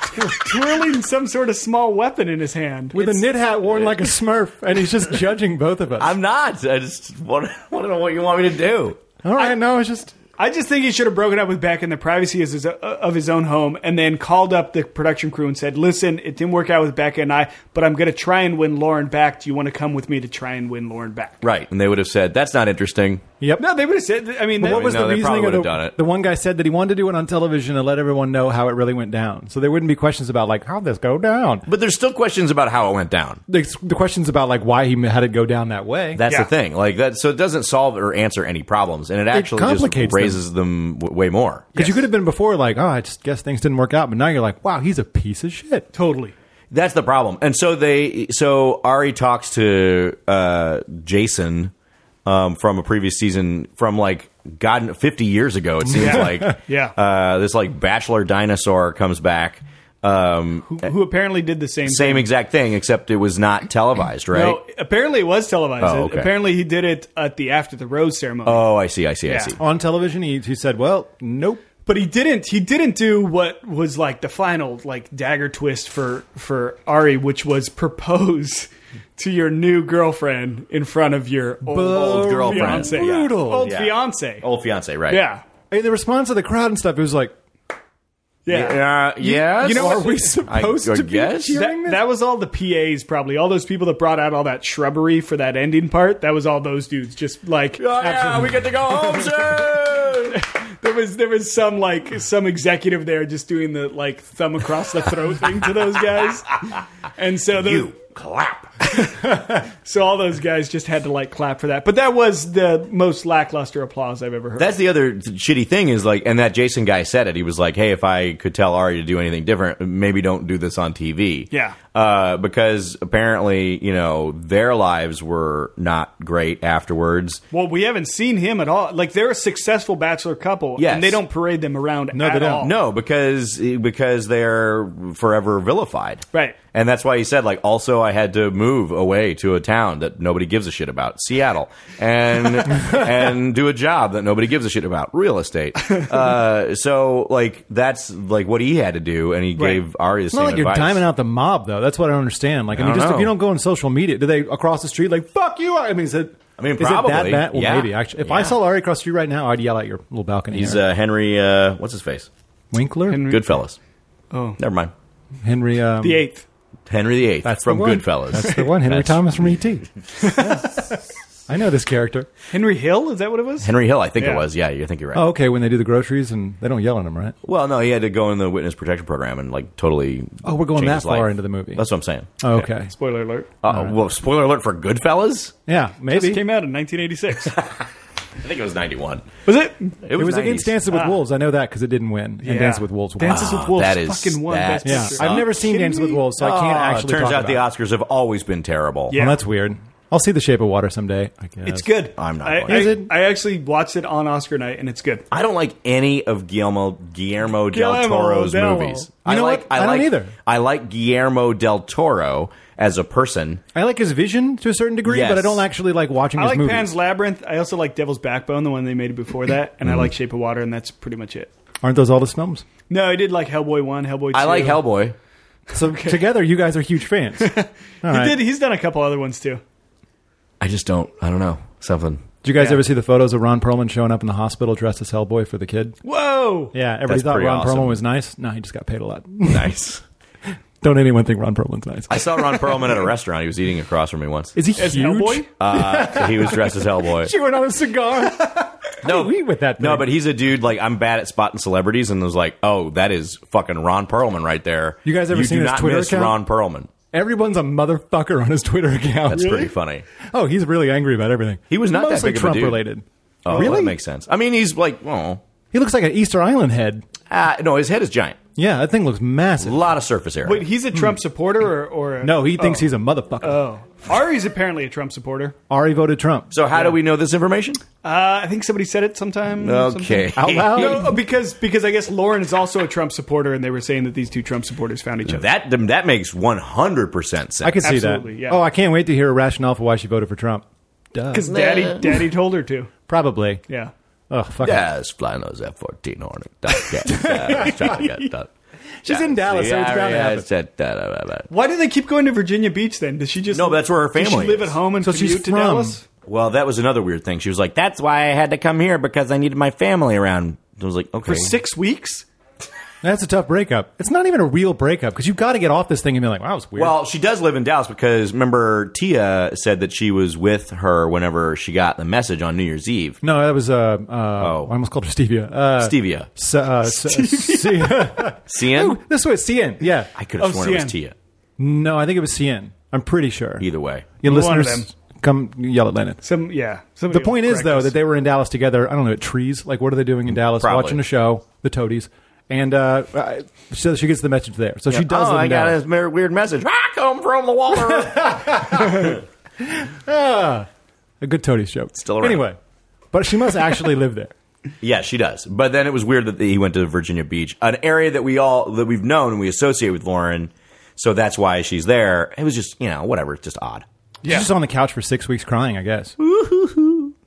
Speaker 3: twirling some sort of small weapon in his hand.
Speaker 1: with a knit hat worn like a Smurf, and he's just judging both of us.
Speaker 2: I'm not. I just want, want to know what you want me to do.
Speaker 1: All right, no, it's just
Speaker 3: I just think he should have broken up with Beck in the privacy of his, of his own home and then called up the production crew and said, Listen, it didn't work out with Becca and I, but I'm going to try and win Lauren back. Do you want to come with me to try and win Lauren back?
Speaker 2: Right. And they would have said that's not interesting.
Speaker 1: yep.
Speaker 3: No, they would have said, I mean,
Speaker 1: But
Speaker 3: that-
Speaker 1: what was
Speaker 2: No,
Speaker 1: the
Speaker 2: they
Speaker 1: reasoning
Speaker 2: probably
Speaker 1: of the,
Speaker 2: would've done it.
Speaker 1: the one guy said that he wanted to do it on television and let everyone know how it really went down, so there wouldn't be questions about like how'd this go down.
Speaker 2: But there's still questions about how it went down.
Speaker 1: The, the questions about like why he had it go down that way.
Speaker 2: That's
Speaker 3: Yeah.
Speaker 2: the thing. Like that. So it doesn't solve or answer any problems, and it actually
Speaker 1: complicates
Speaker 2: just
Speaker 1: them.
Speaker 2: raises them, w- way more.
Speaker 1: because you could have been before like oh I just guess things didn't work out, but now you're like wow he's a piece of shit.
Speaker 3: totally.
Speaker 2: That's the problem. And so they, so Ari talks to uh, Jason um, from a previous season, from like God, fifty years ago. It seems
Speaker 3: Yeah.
Speaker 2: like,
Speaker 3: Yeah.
Speaker 2: uh, this like bachelor dinosaur comes back. Um,
Speaker 3: Who, who apparently did the same
Speaker 2: same exact thing, except it was not televised, right?
Speaker 3: No, apparently it was televised.
Speaker 2: Oh, okay.
Speaker 3: Apparently he did it at the After the Rose ceremony.
Speaker 2: Oh, I see, I see, I
Speaker 3: Yeah.
Speaker 2: see.
Speaker 1: On television, he, he said, well nope.
Speaker 3: but he didn't he didn't do what was like the final like dagger twist for for Ari which was propose to your new girlfriend in front of your old,
Speaker 1: Old
Speaker 2: girlfriend.
Speaker 3: fiance
Speaker 1: Brutal.
Speaker 3: old
Speaker 2: Yeah.
Speaker 3: fiance
Speaker 2: Old fiance, right?
Speaker 3: yeah
Speaker 1: And the response of the crowd and stuff it was like
Speaker 3: yeah,
Speaker 2: Yeah. uh, yes.
Speaker 1: you know
Speaker 2: Or
Speaker 1: are we
Speaker 2: I,
Speaker 1: supposed
Speaker 2: I
Speaker 1: to
Speaker 2: guess?
Speaker 1: be cheering
Speaker 3: That,
Speaker 1: this?
Speaker 3: that was all the PAs, probably all those people that brought out all that shrubbery for that ending part. That was all those dudes, just like
Speaker 2: Oh, yeah, we get to go home soon.
Speaker 3: there was there was some like some executive there just doing the like thumb across the throat thing to those guys, and so the,
Speaker 2: you clap.
Speaker 3: So all those guys just had to like clap for that. But that was the most lackluster applause I've ever heard.
Speaker 2: That's the other shitty thing is like, and that Jason guy said it. He was like, "Hey, if I could tell Ari to do anything different, maybe don't do this on TV."
Speaker 3: Yeah.
Speaker 2: uh, because apparently, you know, their lives were not great afterwards.
Speaker 3: well, we haven't seen him at all. Like they're a successful bachelor couple,
Speaker 2: Yes.
Speaker 3: and they don't parade them around.
Speaker 1: No,
Speaker 3: at
Speaker 1: they don't.
Speaker 3: all.
Speaker 2: No, because because they're forever vilified,
Speaker 3: Right.
Speaker 2: And that's why he said, like, also, so I had to move away to a town that nobody gives a shit about, Seattle, and and do a job that nobody gives a shit about, real estate. Uh, so like that's like what he had to do, and he
Speaker 3: Right.
Speaker 2: gave Ari the
Speaker 1: It's
Speaker 2: same
Speaker 1: not like you're
Speaker 2: advice.
Speaker 1: diming out the mob, though. That's what I don't understand. Like, I, mean,
Speaker 2: don't
Speaker 1: just
Speaker 2: know.
Speaker 1: if you don't go on social media, do they across the street like "fuck you"? I mean, is it?
Speaker 2: I mean,
Speaker 1: is it that
Speaker 2: probably.
Speaker 1: bad? Well,
Speaker 2: Yeah.
Speaker 1: maybe. Actually, if I
Speaker 2: Yeah.
Speaker 1: saw Larry across the street right now, I'd yell at your little balcony.
Speaker 2: He's
Speaker 1: there.
Speaker 2: uh, Henry. Uh, what's his face?
Speaker 1: Winkler, Henry,
Speaker 2: Goodfellas.
Speaker 3: Hmm. Oh.
Speaker 2: never mind.
Speaker 1: um,
Speaker 3: The eighth.
Speaker 2: Henry the Eighth
Speaker 1: That's
Speaker 2: from
Speaker 1: the one.
Speaker 2: Goodfellas.
Speaker 1: That's the one. Henry
Speaker 2: That's-
Speaker 1: Thomas from ET. Yes. I know this character.
Speaker 3: Henry Hill, is that what it was?
Speaker 2: Henry Hill, I think it
Speaker 3: Yeah.
Speaker 2: was. Yeah, you think you're right.
Speaker 1: Oh, okay. When they do the groceries and they don't yell at him, right?
Speaker 2: Well, no, he had to go in the witness protection program and like totally.
Speaker 1: Oh, we're going
Speaker 2: change
Speaker 1: that
Speaker 2: his
Speaker 1: far
Speaker 2: life.
Speaker 1: into the movie.
Speaker 2: That's what I'm saying.
Speaker 1: Oh, okay.
Speaker 3: Spoiler alert.
Speaker 2: Uh, Well, spoiler alert for Goodfellas.
Speaker 1: Yeah,
Speaker 3: This
Speaker 1: maybe.
Speaker 3: came out in 1986.
Speaker 2: I think it was 91.
Speaker 3: was it?
Speaker 2: It
Speaker 1: It
Speaker 2: was,
Speaker 1: was against
Speaker 2: 90s.
Speaker 1: Dances with Wolves. I know that because it didn't win.
Speaker 3: Ah. Yeah.
Speaker 1: And Dances with Wolves won.
Speaker 3: Dances with Wolves
Speaker 2: that is-
Speaker 3: fucking won
Speaker 2: that
Speaker 3: Best
Speaker 1: yeah,
Speaker 3: Picture.
Speaker 1: I've never seen
Speaker 3: Kidding
Speaker 1: Dances with
Speaker 3: me?
Speaker 1: Wolves, so I can't
Speaker 2: Oh,
Speaker 1: actually.
Speaker 2: Turns
Speaker 1: talk
Speaker 2: out
Speaker 1: about
Speaker 2: the
Speaker 1: it.
Speaker 2: Oscars have always been terrible.
Speaker 3: Yeah.
Speaker 1: Well, that's weird. I'll see The Shape of Water someday. I guess.
Speaker 3: It's good.
Speaker 2: I'm not
Speaker 3: I,
Speaker 2: going.
Speaker 1: Is it?
Speaker 3: I, I actually watched it on Oscar night, and it's good.
Speaker 2: I don't like any of Guillermo Guillermo del
Speaker 3: Guillermo
Speaker 2: Toro's
Speaker 3: del-
Speaker 2: movies.
Speaker 1: You know
Speaker 2: I like
Speaker 1: what? I don't
Speaker 2: like,
Speaker 1: either.
Speaker 2: I like Guillermo del Toro as a person.
Speaker 1: I like his vision to a certain degree,
Speaker 2: Yes.
Speaker 1: but I don't actually like watching
Speaker 3: I
Speaker 1: his
Speaker 3: like
Speaker 1: movies.
Speaker 3: Pan's Labyrinth. I also like Devil's Backbone, the one they made before that, and I
Speaker 1: Mm-hmm.
Speaker 3: like Shape of Water, and that's pretty much it.
Speaker 1: Aren't those all his films?
Speaker 3: No, I did like Hellboy one, Hellboy two.
Speaker 2: I like Hellboy.
Speaker 1: So together, you guys are huge fans. All
Speaker 3: He
Speaker 1: right.
Speaker 3: did. He's done a couple other ones too.
Speaker 2: I just don't. I don't know something.
Speaker 1: Did you guys
Speaker 3: Yeah.
Speaker 1: ever see the photos of Ron Perlman showing up in the hospital dressed as Hellboy for the kid?
Speaker 3: Whoa!
Speaker 1: Yeah, everybody
Speaker 2: That's
Speaker 1: thought
Speaker 2: pretty
Speaker 1: Ron
Speaker 2: awesome.
Speaker 1: Perlman was nice. No, he just got paid a lot.
Speaker 2: Nice.
Speaker 1: don't anyone think Ron Perlman's nice?
Speaker 2: I saw Ron Perlman at a restaurant. He was eating across from me once.
Speaker 1: Is he
Speaker 3: As
Speaker 1: huge?
Speaker 3: Hellboy,
Speaker 2: Uh, he was dressed as Hellboy.
Speaker 1: Chewing on a cigar.
Speaker 2: No,
Speaker 1: we with that.
Speaker 2: No,
Speaker 1: thing?
Speaker 2: but he's a dude. Like I'm bad at spotting celebrities, and was like, oh, that is fucking Ron Perlman right there.
Speaker 1: You guys ever
Speaker 2: you
Speaker 1: seen
Speaker 2: do
Speaker 1: his
Speaker 2: not
Speaker 1: Twitter
Speaker 2: miss
Speaker 1: account?
Speaker 2: Ron Perlman?
Speaker 1: everyone's a motherfucker on his Twitter account.
Speaker 2: That's pretty funny.
Speaker 1: Oh, he's really angry about everything.
Speaker 2: He was not that
Speaker 1: mostly
Speaker 2: big of a
Speaker 1: Trump
Speaker 2: dude.
Speaker 1: related.
Speaker 2: Oh,
Speaker 1: really?
Speaker 2: that makes sense. I mean, he's like, oh,
Speaker 1: he looks like an Easter Island head.
Speaker 2: ah, no, his head is giant.
Speaker 1: Yeah, that thing looks
Speaker 2: A
Speaker 1: massive.
Speaker 2: lot of surface area.
Speaker 3: wait, he's a Trump supporter or, or a,
Speaker 1: hmm. No, he thinks he's a motherfucker.
Speaker 3: Oh, Ari's apparently a Trump supporter.
Speaker 1: Ari voted Trump.
Speaker 2: so how do we know this information?
Speaker 3: Uh, I think somebody said it sometime.
Speaker 2: Okay.
Speaker 1: Out loud?
Speaker 3: sometime. No, oh, because because I guess Lauren is also a Trump supporter, and they were saying that these two Trump supporters found each other.
Speaker 2: That that makes 100 percent sense.
Speaker 1: I can see that.
Speaker 3: Absolutely, yeah.
Speaker 1: Oh, I can't wait to hear a rationale for why she voted for Trump. Duh.
Speaker 3: Because daddy, daddy told her to.
Speaker 1: Probably.
Speaker 3: Yeah.
Speaker 1: Oh, fuck it.
Speaker 2: Yes, flying those F-14 Hornet. She's
Speaker 1: in Dallas, so it's bound to happen.
Speaker 3: Why do they keep going to Virginia Beach then? Does she just
Speaker 2: No, but that's where her
Speaker 3: Does
Speaker 2: family
Speaker 3: she live
Speaker 2: is.
Speaker 3: at home and
Speaker 1: So
Speaker 3: commute
Speaker 1: she's
Speaker 3: to
Speaker 1: from-
Speaker 3: Dallas?
Speaker 2: Well, that was another weird thing. She was like, "That's why I had to come here because I needed my family around." I was like, "Okay."
Speaker 3: For six weeks?
Speaker 1: That's a tough breakup. It's not even a real breakup because you've got to get off this thing and be like, wow, it's weird.
Speaker 2: Well, she does live in Dallas because remember Tia said that she was with her whenever she got the message on New Year's Eve. Oh,
Speaker 1: no, that was, uh, uh, I almost called her Stevia. Uh,
Speaker 2: Stevia,
Speaker 1: S- uh, s- C-
Speaker 2: CN.
Speaker 1: this was CN. Yeah.
Speaker 2: I could have
Speaker 3: Oh,
Speaker 2: sworn it
Speaker 3: CN.
Speaker 2: was Tia.
Speaker 1: No, I think it was CN. I'm pretty sure.
Speaker 2: Either way,
Speaker 1: Your
Speaker 3: One of
Speaker 1: listeners, come yell at Lennon.
Speaker 3: Some yeah.
Speaker 1: The point is, though, that they were in Dallas together. I don't know, at trees. Like, what are they doing in Dallas?
Speaker 2: Probably.
Speaker 1: Watching a show, the Toadies. And uh, I- so she gets the message there. So she does
Speaker 2: Oh,
Speaker 1: live
Speaker 2: I
Speaker 1: in
Speaker 2: got
Speaker 1: Dallas.
Speaker 2: a mer- weird message. Ah, I come from the water.
Speaker 1: A good Toadies joke.
Speaker 2: Still around.
Speaker 1: Anyway, but she must actually live there.
Speaker 2: yeah, she does. But then it was weird that he went to Virginia Beach, an area that we all that we've known and we associate with Lauren. So that's why she's there. It was just you know whatever, it's just odd.
Speaker 3: Yeah.
Speaker 1: She's just on the couch for six weeks crying, I guess.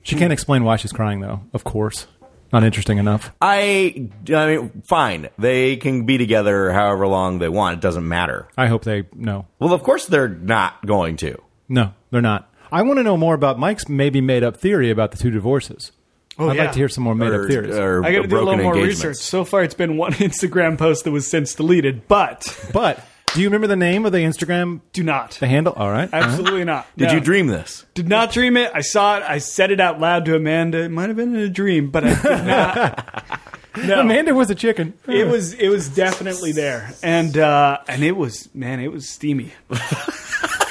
Speaker 1: She can't explain why she's crying, though, of course. Not interesting enough.
Speaker 2: I, I mean, fine. They can be together however long they want. It doesn't matter.
Speaker 1: I hope they know.
Speaker 2: Well, of course they're not going to.
Speaker 1: No, they're not. I want to know more about Mike's maybe made up theory about the two divorces. I'd
Speaker 3: yeah.
Speaker 1: like to hear some more made
Speaker 2: Oh, Or,
Speaker 1: up theories.
Speaker 2: or
Speaker 3: I got to do a
Speaker 2: broken
Speaker 3: little more
Speaker 2: engagements.
Speaker 3: research. So far, it's been one Instagram post that was since deleted, but
Speaker 1: But do you remember the name of the Instagram,
Speaker 3: do not.
Speaker 1: the handle? All right.
Speaker 3: Absolutely not.
Speaker 2: Did
Speaker 3: No.
Speaker 2: you dream this?
Speaker 3: Did not dream it. I saw it. I said it out loud to Amanda. It might have been in a dream, but I did not. No.
Speaker 1: Amanda was a chicken.
Speaker 3: It was it was definitely there, and uh, and it was man, it was steamy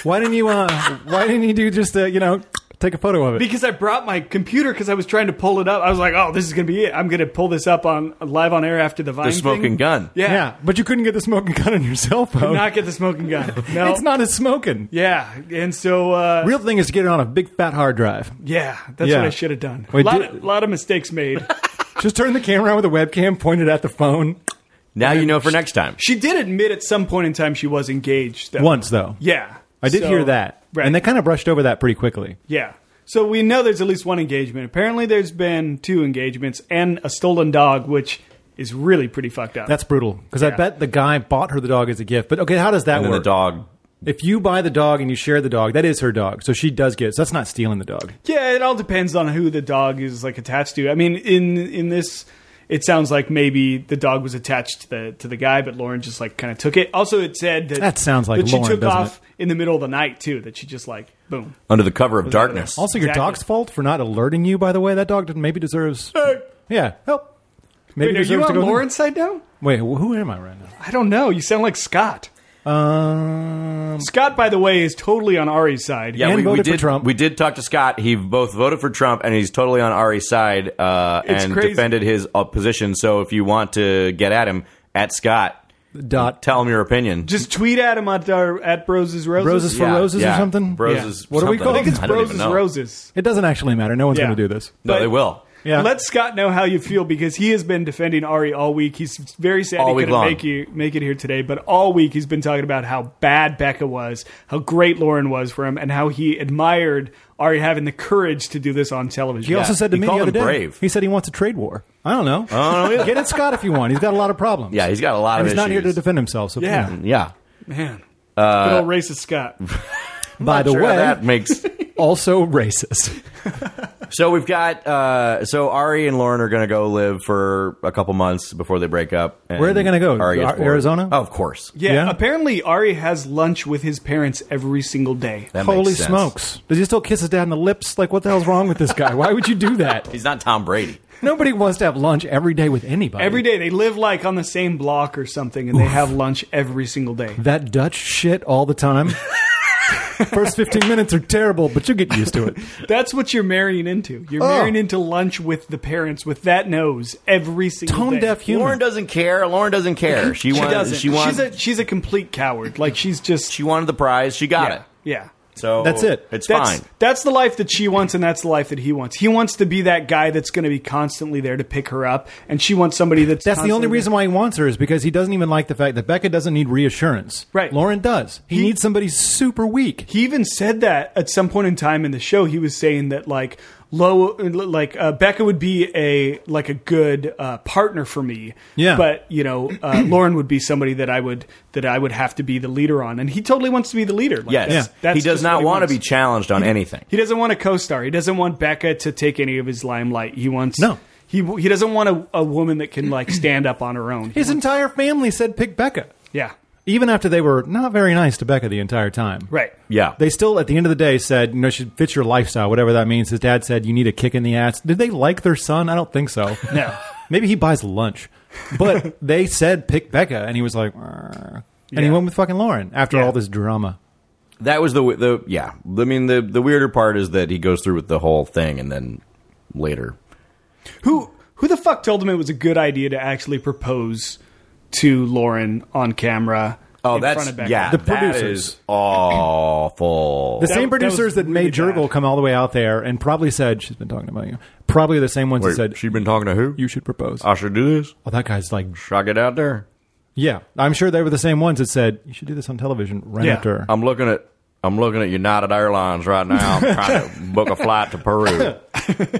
Speaker 1: Why didn't you? Uh, why didn't you do just uh, you know take a photo of it?
Speaker 3: because I brought my computer because I was trying to pull it up. I was like, oh, this is gonna be it. I'm gonna pull this up on live on air after the Vine.
Speaker 2: The smoking
Speaker 3: thing.
Speaker 2: gun.
Speaker 3: Yeah,
Speaker 1: yeah, but you couldn't get the smoking gun on your cell phone.
Speaker 3: not get the smoking gun. No,
Speaker 1: it's not a smoking.
Speaker 3: Yeah, and so uh,
Speaker 1: Real thing is to get it on a big fat hard drive.
Speaker 3: yeah, that's
Speaker 1: Yeah.
Speaker 3: what I should have done. A
Speaker 1: Wait,
Speaker 3: lot,
Speaker 1: did-
Speaker 3: of, lot of mistakes made.
Speaker 1: Just turn the camera on with a webcam pointed at the phone.
Speaker 2: Now you know for next time.
Speaker 3: she did admit at some point in time she was engaged. Though.
Speaker 1: Once though,
Speaker 3: Yeah.
Speaker 1: I did
Speaker 3: So-
Speaker 1: hear that,
Speaker 3: Right.
Speaker 1: and they kind of brushed over that pretty quickly.
Speaker 3: Yeah. So we know there's at least one engagement. Apparently, there's been two engagements and a stolen dog, which is really pretty fucked up.
Speaker 1: That's brutal because I
Speaker 3: Yeah.
Speaker 1: bet the guy bought her the dog as a gift. But okay, how does that
Speaker 2: and then
Speaker 1: work?
Speaker 2: the dog.
Speaker 1: If you buy the dog and you share the dog, that is her dog, so she does get it. So that's not stealing the dog.
Speaker 3: yeah. It all depends on who the dog is like attached to. I mean, in in this, it sounds like maybe the dog was attached to the to the guy, but Lauren just like kind of took it. Also, it said that
Speaker 1: That sounds like
Speaker 3: that she
Speaker 1: Lauren,
Speaker 3: took
Speaker 1: doesn't
Speaker 3: off in the middle of the night too. That she just like boom.
Speaker 2: Under the cover of darkness.
Speaker 1: Also, your
Speaker 3: Exactly.
Speaker 1: dog's fault for not alerting you. By the way, that dog did- maybe deserves. Yeah, help. Maybe
Speaker 3: Wait, Uh, are you
Speaker 1: deserves to
Speaker 3: on
Speaker 1: go.
Speaker 3: Lauren's side now?
Speaker 1: Wait, wh- who am I right
Speaker 3: I don't know. You sound like Scott.
Speaker 1: now? Um,
Speaker 3: Scott, by the way, is totally on Ari's side.
Speaker 2: Yeah,
Speaker 1: And
Speaker 2: we, we
Speaker 1: voted for
Speaker 2: did.
Speaker 1: Trump.
Speaker 2: We did talk to Scott. He both voted for Trump and he's totally on Ari's side uh,
Speaker 3: It's
Speaker 2: and
Speaker 3: crazy.
Speaker 2: defended his uh, position. So if you want to get at him, at Scott,
Speaker 1: dot
Speaker 2: tell him your opinion.
Speaker 3: Just tweet at him at, our, at Bros is Roses.
Speaker 1: roses for
Speaker 2: Yeah,
Speaker 1: roses
Speaker 2: yeah.
Speaker 1: or something.
Speaker 2: Bros
Speaker 3: Yeah.
Speaker 2: is
Speaker 1: What are we
Speaker 2: something.
Speaker 1: called? I think
Speaker 2: I don't even
Speaker 3: Roses
Speaker 2: know.
Speaker 3: Roses.
Speaker 1: It doesn't actually matter. No one's
Speaker 3: Yeah.
Speaker 1: going to do this.
Speaker 2: No,
Speaker 3: But-
Speaker 2: they will.
Speaker 1: Yeah.
Speaker 3: Let Scott know how you feel because he has been defending Ari all week. He's very sad
Speaker 2: All
Speaker 3: he
Speaker 2: week
Speaker 3: couldn't
Speaker 2: long.
Speaker 3: make you make it here today, but all week he's been talking about how bad Becca was, how great Lauren was for him, and how he admired Ari having the courage to do this on television.
Speaker 1: He also said to
Speaker 2: he
Speaker 1: me the
Speaker 2: called
Speaker 1: other
Speaker 2: him
Speaker 1: day,
Speaker 2: brave.
Speaker 1: he said he wants a trade war. I don't know. Get at Scott if you want. He's got a lot of problems.
Speaker 2: Yeah, he's got a lot
Speaker 1: and
Speaker 2: of
Speaker 1: he's not here to
Speaker 2: issues.
Speaker 1: defend himself. So hmm.
Speaker 3: Yeah.
Speaker 1: you know.
Speaker 2: Yeah.
Speaker 3: man,
Speaker 2: Uh,
Speaker 3: good old racist Scott.
Speaker 1: By the
Speaker 2: Sure,
Speaker 1: way,
Speaker 2: that makes
Speaker 1: also racist.
Speaker 2: So we've got uh, so Ari and Lauren are going to go live for a couple months before they break up. and
Speaker 1: Where are they gonna go?
Speaker 2: Ari gets
Speaker 1: Ar-
Speaker 2: bored.
Speaker 1: Arizona?
Speaker 2: Oh, of course.
Speaker 3: Yeah,
Speaker 1: Yeah.
Speaker 3: apparently Ari has lunch with his parents every single day.
Speaker 2: That makes
Speaker 1: Holy
Speaker 2: sense.
Speaker 1: smokes! Does he still kiss his dad on the lips? Like, what the hell's wrong with this guy? Why would you do that?
Speaker 2: He's not Tom Brady.
Speaker 1: Nobody wants to have lunch every day with anybody.
Speaker 3: Every day they live like on the same block or something, and they have lunch every single day.
Speaker 1: that Dutch shit all the time. First fifteen minutes are terrible, but you get used to it.
Speaker 3: That's what you're marrying into.
Speaker 1: Oh.
Speaker 3: You're marrying into lunch with the parents with that nose every single
Speaker 1: Tone
Speaker 3: day.
Speaker 1: deaf humor.
Speaker 2: Lauren doesn't care. Lauren doesn't care. She,
Speaker 3: She
Speaker 2: wanted.
Speaker 3: doesn't.
Speaker 2: She wanted.
Speaker 3: she's a she's a complete coward. Like she's just
Speaker 2: she wanted the prize. She got
Speaker 3: yeah.
Speaker 2: it.
Speaker 3: yeah.
Speaker 2: So
Speaker 1: That's it.
Speaker 2: It's
Speaker 3: That's
Speaker 2: fine.
Speaker 3: that's the life that she wants, and that's the life that he wants. He wants to be that guy that's going to be constantly there to pick her up, and she wants somebody that's.
Speaker 1: That's the only
Speaker 3: constantly-
Speaker 1: reason why he wants her is because he doesn't even like the fact that Becca doesn't need reassurance.
Speaker 3: Right.
Speaker 1: Lauren does. He,
Speaker 3: He-
Speaker 1: needs somebody super weak.
Speaker 3: He even said that at some point in time in the show, he was saying that like low, like uh, Becca would be a like a good uh, partner for me.
Speaker 1: Yeah.
Speaker 3: But you know, uh, Lauren would be somebody that I would that I would have to be the leader on, and he totally wants to be the leader. Like,
Speaker 2: Yes.
Speaker 3: that's- that's
Speaker 2: he does
Speaker 3: just
Speaker 2: not
Speaker 3: what
Speaker 2: want to be
Speaker 3: wants.
Speaker 2: challenged on anything.
Speaker 3: He doesn't want a co-star. He doesn't want Becca to take any of his limelight. He wants
Speaker 1: No.
Speaker 3: He he doesn't want a, a woman that can like stand up on her own.
Speaker 1: His entire family said pick Becca.
Speaker 3: yeah.
Speaker 1: Even after they were not very nice to Becca the entire time.
Speaker 3: Right.
Speaker 2: Yeah.
Speaker 1: They still, at the end of the day, said, you know, she fits your lifestyle, whatever that means. His dad said, you need a kick in the ass. Did they like their son? I don't think so.
Speaker 3: No.
Speaker 1: Maybe he buys lunch. But they said pick Becca, and he was like, "Arr." and he
Speaker 3: Yeah.
Speaker 1: went with fucking Lauren after
Speaker 3: Yeah.
Speaker 1: all this drama.
Speaker 2: that was the the yeah. I mean the the weirder part is that he goes through with the whole thing and then later.
Speaker 3: Who who the fuck told him it was a good idea to actually propose to Lauren on camera?
Speaker 2: Oh,
Speaker 3: in front
Speaker 2: that's
Speaker 3: of Becca?
Speaker 2: yeah.
Speaker 1: The
Speaker 2: that
Speaker 1: producers.
Speaker 2: is awful.
Speaker 1: The
Speaker 3: That-
Speaker 1: same
Speaker 3: that was
Speaker 1: producers that,
Speaker 3: really
Speaker 1: made Jurgle
Speaker 3: bad.
Speaker 1: come all the way out there and probably said, she's been talking about you. Probably the same ones that said,
Speaker 2: she Uh, been talking to who?
Speaker 1: you should propose.
Speaker 2: I should do this.
Speaker 1: well, that guy's like,
Speaker 2: Should I get out there?
Speaker 1: yeah. I'm sure they were the same ones that said, you should do this on television right
Speaker 3: Yeah.
Speaker 1: after.
Speaker 2: I'm looking at I'm looking at United Airlines right now. I'm trying to book a flight to Peru.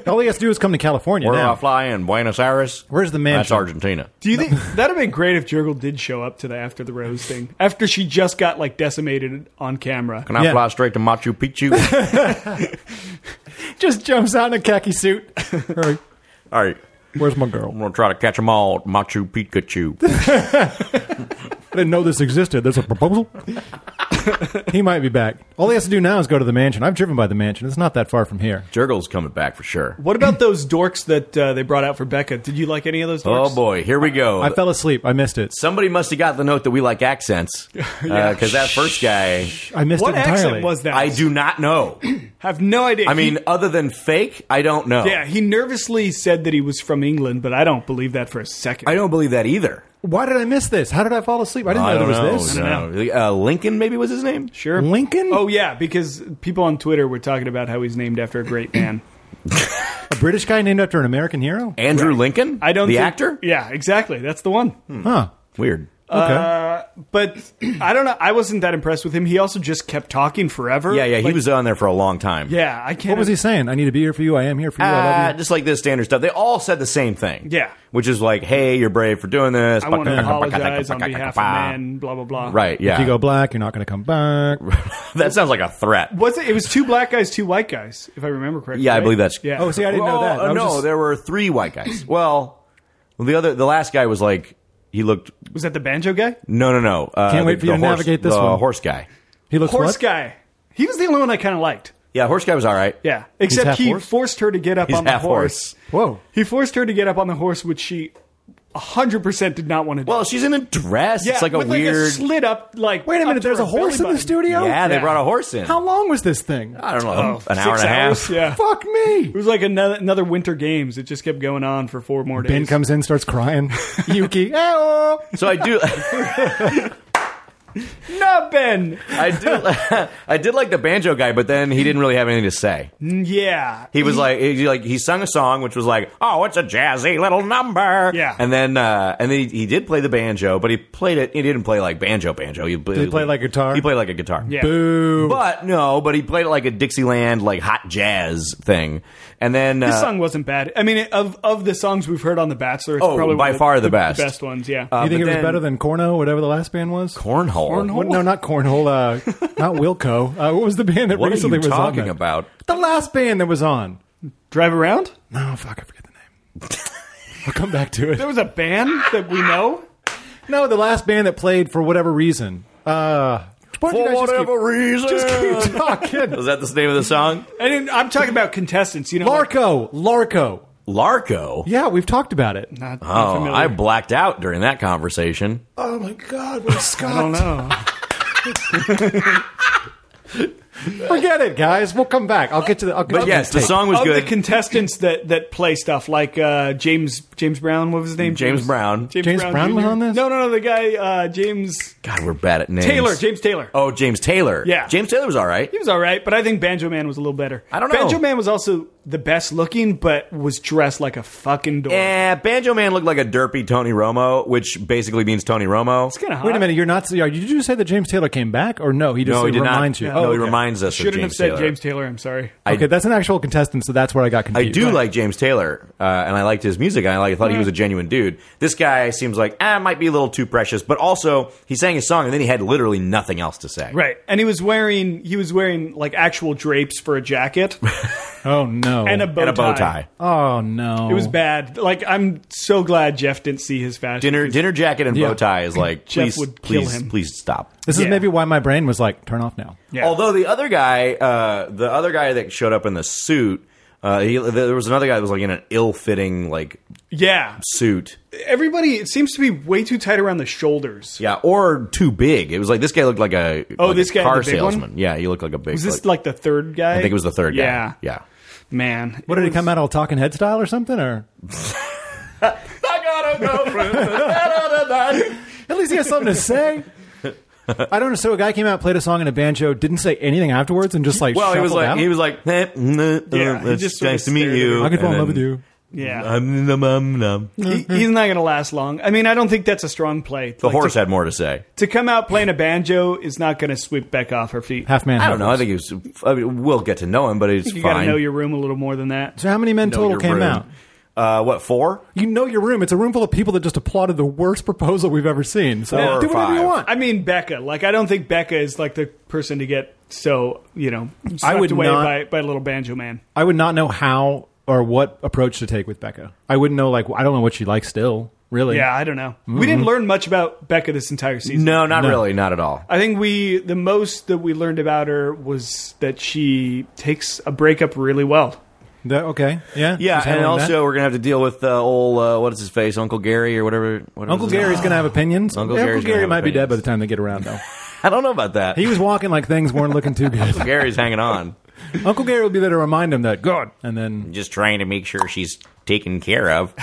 Speaker 1: all he has to do is come to California
Speaker 2: Where do
Speaker 1: now.
Speaker 2: I fly in? Buenos Aires.
Speaker 1: Where's the
Speaker 2: That's
Speaker 1: mansion?
Speaker 2: Argentina.
Speaker 3: Do you think that'd have been great if Jurgle did show up to the after the rose thing after she just got like decimated on camera?
Speaker 2: Can I
Speaker 1: Yeah.
Speaker 2: fly straight to Machu Picchu?
Speaker 1: Just jumps out in a khaki suit. Hey,
Speaker 2: all right.
Speaker 1: where's my girl?
Speaker 2: I'm gonna try to catch them all, at Machu Pikachu.
Speaker 1: I didn't know this existed. There's a proposal. he might be back. All he has to do now is go to the mansion. I've driven by the mansion. It's not that far from here.
Speaker 2: Jurgle's coming back for sure.
Speaker 3: What about those dorks that uh, they brought out for Becca? Did you like any of those dorks?
Speaker 2: Oh boy, here we go.
Speaker 1: I fell asleep. I missed it.
Speaker 2: Somebody must have got the note that we like accents because that first guy,
Speaker 1: I missed
Speaker 3: What
Speaker 1: it entirely.
Speaker 3: accent was that?
Speaker 2: I do not know.
Speaker 3: have no idea.
Speaker 2: I mean, other than fake, I don't know.
Speaker 3: He- yeah, he nervously said that he was from England, but I don't believe that for a second.
Speaker 2: I don't believe that either.
Speaker 1: Why did I miss this? How did I fall asleep? I didn't know there was
Speaker 3: I
Speaker 2: no.
Speaker 3: don't
Speaker 2: Uh, Lincoln maybe was his name.
Speaker 3: sure.
Speaker 1: Lincoln?
Speaker 3: Oh yeah, because people on Twitter were talking about how he's named after a great man.
Speaker 1: this. A British guy named after an American hero?
Speaker 2: Andrew Lincoln,
Speaker 3: I don't
Speaker 2: the
Speaker 3: think-
Speaker 2: actor. Hmm.
Speaker 3: Yeah, exactly. That's the one.
Speaker 1: Huh.
Speaker 2: Weird.
Speaker 1: Okay.
Speaker 3: Uh, but I don't know. I wasn't that impressed with him. He also just kept talking forever.
Speaker 2: Yeah, yeah, he
Speaker 3: Like,
Speaker 2: was on there for a long time.
Speaker 3: Yeah, I can't.
Speaker 1: what was he saying? I need to be here for you. I am here for you. I
Speaker 2: Ah,
Speaker 1: love you.
Speaker 2: just like this standard stuff. They all said the same thing.
Speaker 3: Yeah.
Speaker 2: which is like, "Hey, you're brave for doing this."
Speaker 3: I want to apologize on behalf of man. Blah blah blah.
Speaker 2: Right? Yeah.
Speaker 1: If you go black, you're not going to come back.
Speaker 2: that sounds like a threat.
Speaker 3: Was it? It was two black guys, two white guys, if I remember correctly.
Speaker 2: Yeah, I
Speaker 3: right?
Speaker 2: believe that's.
Speaker 3: Yeah.
Speaker 1: Oh, see, I didn't know
Speaker 2: Oh,
Speaker 1: that. I was
Speaker 2: no,
Speaker 1: just-
Speaker 2: there were three white guys. well, the other, the last guy was like, he looked.
Speaker 3: was that the banjo guy?
Speaker 2: No, no, no. Uh,
Speaker 1: Can't wait
Speaker 2: the-
Speaker 1: for you
Speaker 2: the
Speaker 1: to
Speaker 2: horse-
Speaker 1: navigate this
Speaker 2: the
Speaker 1: one.
Speaker 2: Horse guy.
Speaker 1: He looks
Speaker 3: Horse
Speaker 1: what?
Speaker 3: guy. He was the only one I kind of liked.
Speaker 2: Yeah, horse guy was all right.
Speaker 3: Yeah, except
Speaker 1: half
Speaker 3: he
Speaker 1: horse?
Speaker 3: forced her to get up
Speaker 2: He's
Speaker 3: on the
Speaker 2: half
Speaker 3: horse.
Speaker 2: horse.
Speaker 1: Whoa.
Speaker 3: He forced her to get up on the horse, which she hundred percent did not want to do.
Speaker 2: Well, she's in a dress.
Speaker 3: yeah,
Speaker 2: it's like a
Speaker 3: with
Speaker 2: weird.
Speaker 3: slit up. Like
Speaker 1: Wait a
Speaker 3: up
Speaker 1: minute.
Speaker 3: to
Speaker 1: There's
Speaker 3: her
Speaker 1: a horse
Speaker 3: belly
Speaker 1: in the
Speaker 3: button.
Speaker 1: studio.
Speaker 2: yeah, they
Speaker 3: Yeah.
Speaker 2: brought a horse in.
Speaker 1: Oh, How Oh, long was this thing?
Speaker 2: I don't know, an hour and
Speaker 3: Six
Speaker 2: a
Speaker 3: hours,
Speaker 2: half.
Speaker 3: Yeah.
Speaker 1: Fuck me.
Speaker 3: It was like another another Winter Games. It just kept going on for four more days.
Speaker 1: Ben comes in, starts crying. Yuki, "Ayo."
Speaker 2: So I do.
Speaker 3: no, Ben.
Speaker 2: I do. I did like the banjo guy, but then he didn't really have anything to say.
Speaker 3: Mm, Yeah,
Speaker 2: He
Speaker 1: Mm-hmm.
Speaker 2: was like, he, like he sung a song, which was like, oh, it's a jazzy little number.
Speaker 3: Yeah.
Speaker 2: And then, uh, and then he, he did play the banjo, but he played it. He didn't play like banjo, banjo. He played,
Speaker 1: he play like guitar?
Speaker 2: He played like a guitar.
Speaker 3: Yeah.
Speaker 1: Boo.
Speaker 2: But no, but he played it like a Dixieland, like hot jazz thing. And then,
Speaker 3: This
Speaker 2: uh,
Speaker 3: song wasn't bad. I mean, of of the songs we've heard on The Bachelor, it's
Speaker 2: Oh,
Speaker 3: probably
Speaker 2: by
Speaker 3: one of
Speaker 2: far the best. Uh,
Speaker 3: best ones. Yeah,
Speaker 1: you think
Speaker 2: but
Speaker 1: it was
Speaker 2: then-
Speaker 1: better than Corno, whatever the last band was?
Speaker 2: cornhole.
Speaker 1: What- no, not Cornhole. Uh, not Wilco. Uh, what was the band that
Speaker 2: What are
Speaker 1: recently
Speaker 2: you
Speaker 1: was on?
Speaker 2: talking
Speaker 1: that?
Speaker 2: about?
Speaker 1: The last band that was on.
Speaker 3: Drive around.
Speaker 1: No, fuck, I forget the name. I'll come back to
Speaker 3: There
Speaker 1: it.
Speaker 3: was a band that we know.
Speaker 1: No, the last band that played for whatever reason. Uh, why don't you guys just keep-
Speaker 2: reason.
Speaker 1: just keep talking.
Speaker 2: was that the name of the song?
Speaker 3: And then I'm talking about contestants. You know, like-
Speaker 1: Larco, Larco.
Speaker 2: Larco.
Speaker 1: Yeah, we've talked about it.
Speaker 3: not, not
Speaker 2: Oh,
Speaker 3: familiar.
Speaker 2: I blacked out during that conversation.
Speaker 1: Oh my God, what Scott?
Speaker 3: I don't know.
Speaker 1: Forget it, guys. We'll come back. I'll get to the. I'll get
Speaker 2: But
Speaker 1: to
Speaker 2: yes,
Speaker 1: the
Speaker 2: the
Speaker 1: tape.
Speaker 2: song was
Speaker 3: of
Speaker 2: good.
Speaker 3: the contestants that that play stuff like uh, James James Brown. What was his name?
Speaker 2: James Brown.
Speaker 1: James Brown was
Speaker 3: Jr.?
Speaker 1: on this?
Speaker 3: No, no, no. The guy uh, James
Speaker 2: God, we're bad at names.
Speaker 3: Taylor. James Taylor.
Speaker 2: Oh, James Taylor.
Speaker 3: Yeah.
Speaker 2: James Taylor was all right.
Speaker 3: He was all right, but I think Banjo Man was a little better.
Speaker 2: I don't know.
Speaker 3: Banjo Man was also the best looking, but was dressed like a fucking dork.
Speaker 2: Eh, Banjo Man looked like a derpy Tony Romo, which basically means Tony Romo.
Speaker 3: It's kind of hot.
Speaker 1: Wait a minute. You're not. Are you just say that James Taylor came back, or no? He just
Speaker 2: No, he did not.
Speaker 1: reminds you.
Speaker 2: No,
Speaker 1: Oh,
Speaker 2: he reminds us of
Speaker 3: Shouldn't
Speaker 2: James
Speaker 3: have said
Speaker 2: Taylor.
Speaker 3: James Taylor. I'm sorry.
Speaker 1: okay, that's an actual contestant, so that's where I got
Speaker 2: I
Speaker 1: confused.
Speaker 2: do like James Taylor, uh, and I liked his music. And I like, thought he was a genuine dude. This guy seems like ah, might be a little too precious, but also he sang his song, and then he had literally nothing else to say.
Speaker 3: Right, and he was wearing he was wearing like actual drapes for a jacket
Speaker 1: Oh no.
Speaker 3: and a bow tie.
Speaker 2: And a bow tie,
Speaker 1: oh no.
Speaker 3: It was bad. Like I'm so glad Jeff didn't see his fashion.
Speaker 2: dinner, dinner jacket, and
Speaker 1: Yeah.
Speaker 2: bow tie is like,
Speaker 3: Jeff
Speaker 2: please,
Speaker 3: would kill
Speaker 2: please,
Speaker 3: him.
Speaker 2: please stop.
Speaker 1: This is
Speaker 3: Yeah.
Speaker 1: maybe why my brain was like, turn off now.
Speaker 3: Yeah.
Speaker 2: Although the other guy, uh, the other guy that showed up in the suit, uh, he, there was another guy that was like in an ill-fitting like
Speaker 3: yeah,
Speaker 2: suit.
Speaker 3: everybody it seems to be way too tight around the shoulders.
Speaker 2: Yeah, or too big. It was like this guy looked like a
Speaker 3: Oh,
Speaker 2: like
Speaker 3: this
Speaker 2: a
Speaker 3: guy had
Speaker 2: car
Speaker 3: the big one?
Speaker 2: salesman. Yeah, he looked like a big.
Speaker 3: Was
Speaker 2: like,
Speaker 3: this like the third guy?
Speaker 2: I think it was the third guy.
Speaker 3: Yeah,
Speaker 2: yeah.
Speaker 3: man.
Speaker 1: What did he come out all talking head style or something? Or
Speaker 2: I got a girlfriend.
Speaker 1: at least he has something to say. I don't know. So a guy came out, played a song in a banjo, didn't say anything afterwards, and just like
Speaker 2: well, he was
Speaker 1: shuffled
Speaker 2: like,
Speaker 1: out?
Speaker 2: he was like, eh, mm, eh,
Speaker 3: Yeah, he
Speaker 2: it's
Speaker 3: just sorta
Speaker 2: nice to meet
Speaker 3: stared at
Speaker 2: you.
Speaker 3: her.
Speaker 1: I could fall in
Speaker 2: And
Speaker 1: love with
Speaker 2: then,
Speaker 1: you.
Speaker 3: Yeah, Mm.
Speaker 2: Um, num, num, num.
Speaker 3: He- he's not going to last long. I mean, I don't think that's a strong play.
Speaker 2: The horse had more to say.
Speaker 3: to come out playing a banjo is not going to sweep Beck off her feet.
Speaker 1: Half man.
Speaker 2: I
Speaker 1: half
Speaker 2: don't know. I
Speaker 1: horse.
Speaker 2: think he was. I mean, we'll get to know him, but it's
Speaker 3: you got to
Speaker 2: fine.
Speaker 3: know your room a little more than that.
Speaker 1: So how many men
Speaker 2: Know
Speaker 1: total
Speaker 2: your
Speaker 1: came
Speaker 2: room.
Speaker 1: out?
Speaker 2: Uh, what four?
Speaker 1: You know your room. It's a room full of people that just applauded the worst proposal we've ever seen. So
Speaker 2: Four or
Speaker 1: do whatever you
Speaker 2: five.
Speaker 1: want.
Speaker 3: I mean, Becca. Like, I don't think Becca is like the person to get so you know swept
Speaker 1: would
Speaker 3: away
Speaker 1: not-
Speaker 3: by by a little banjo man.
Speaker 1: I would not know how or what approach to take with Becca. I wouldn't know. Like I don't know what she likes still. Really.
Speaker 3: Yeah, I don't know.
Speaker 1: Mm-hmm.
Speaker 3: We didn't learn much about Becca this entire season.
Speaker 2: No, not really. Not at all.
Speaker 3: I think we the most that we learned about her was that she takes a breakup really well.
Speaker 1: That- okay. Yeah.
Speaker 2: Yeah,
Speaker 1: She's
Speaker 2: and
Speaker 1: handling that?
Speaker 2: also we're gonna have to deal with uh, old uh, what is his face, Uncle Gary or whatever. whatever
Speaker 1: Uncle
Speaker 2: his name-
Speaker 1: Gary's gonna have opinions.
Speaker 2: Uncle
Speaker 1: Yeah,
Speaker 2: Gary's gonna
Speaker 1: Gary
Speaker 2: have
Speaker 1: might be dead
Speaker 2: opinions.
Speaker 1: by the time they get around though.
Speaker 2: I don't know about that.
Speaker 1: He was walking like things weren't looking too good.
Speaker 2: Gary's hanging on,
Speaker 1: Uncle Gary will be there to remind him that God, and then
Speaker 2: just trying to make sure she's taken care of.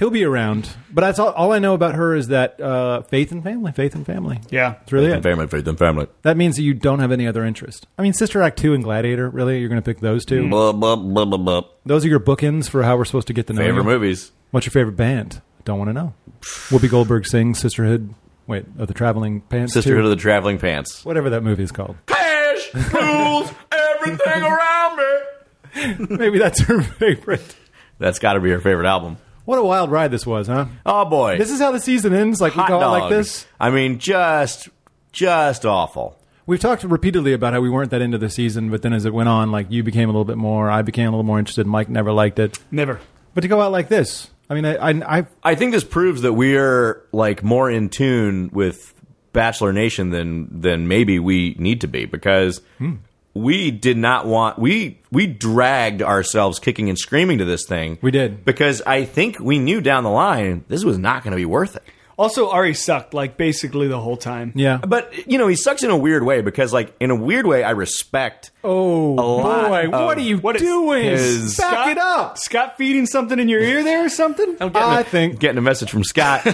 Speaker 1: he'll be around. But that's all, all I know about her is that uh, faith and family, faith and family.
Speaker 3: Yeah.
Speaker 1: That's really it.
Speaker 2: family, faith, and family.
Speaker 1: That means that you don't have any other interest. I mean, Sister Act two and Gladiator. Really, you're going to pick those two.
Speaker 2: Blah, blah, blah, blah, blah.
Speaker 1: Those are your bookends for how we're supposed to get to know
Speaker 2: Favorite
Speaker 1: you.
Speaker 2: movies.
Speaker 1: What's your favorite band? Don't want to know. Whoopi Goldberg sings Sisterhood. Wait, of the traveling pants.
Speaker 2: Sisterhood
Speaker 1: too?
Speaker 2: of the Traveling Pants.
Speaker 1: whatever that movie is called.
Speaker 2: Cash rules everything around me.
Speaker 1: Maybe that's her favorite.
Speaker 2: That's got to be her favorite album.
Speaker 1: What a wild ride this was, huh?
Speaker 2: Oh boy,
Speaker 1: This is how the season ends. Like we
Speaker 2: hot
Speaker 1: call it
Speaker 2: dogs.
Speaker 1: like this.
Speaker 2: I mean, just just awful.
Speaker 1: We've talked repeatedly about how we weren't that into the season, but then as it went on, like you became a little bit more. I became a little more interested. Mike never liked it.
Speaker 3: Never.
Speaker 1: But to go out like this, I mean, I, I, I
Speaker 2: I think this proves that we're like more in tune with Bachelor Nation than than maybe we need to be because
Speaker 1: Hmm.
Speaker 2: we did not want we we dragged ourselves kicking and screaming to this thing.
Speaker 1: We did.
Speaker 2: because I think we knew down the line this was not going to be worth it.
Speaker 3: Also, Ari sucked like basically the whole time.
Speaker 1: yeah.
Speaker 2: But you know, he sucks in a weird way because, like, in a weird way, I respect.
Speaker 1: Oh
Speaker 2: lot
Speaker 1: boy,
Speaker 2: of-
Speaker 1: what are you
Speaker 3: what is-
Speaker 1: doing?
Speaker 2: is-
Speaker 1: Back
Speaker 3: Scott-
Speaker 1: it up.
Speaker 3: Scott feeding something in your ear there or something?
Speaker 1: I think
Speaker 2: getting a message from Scott.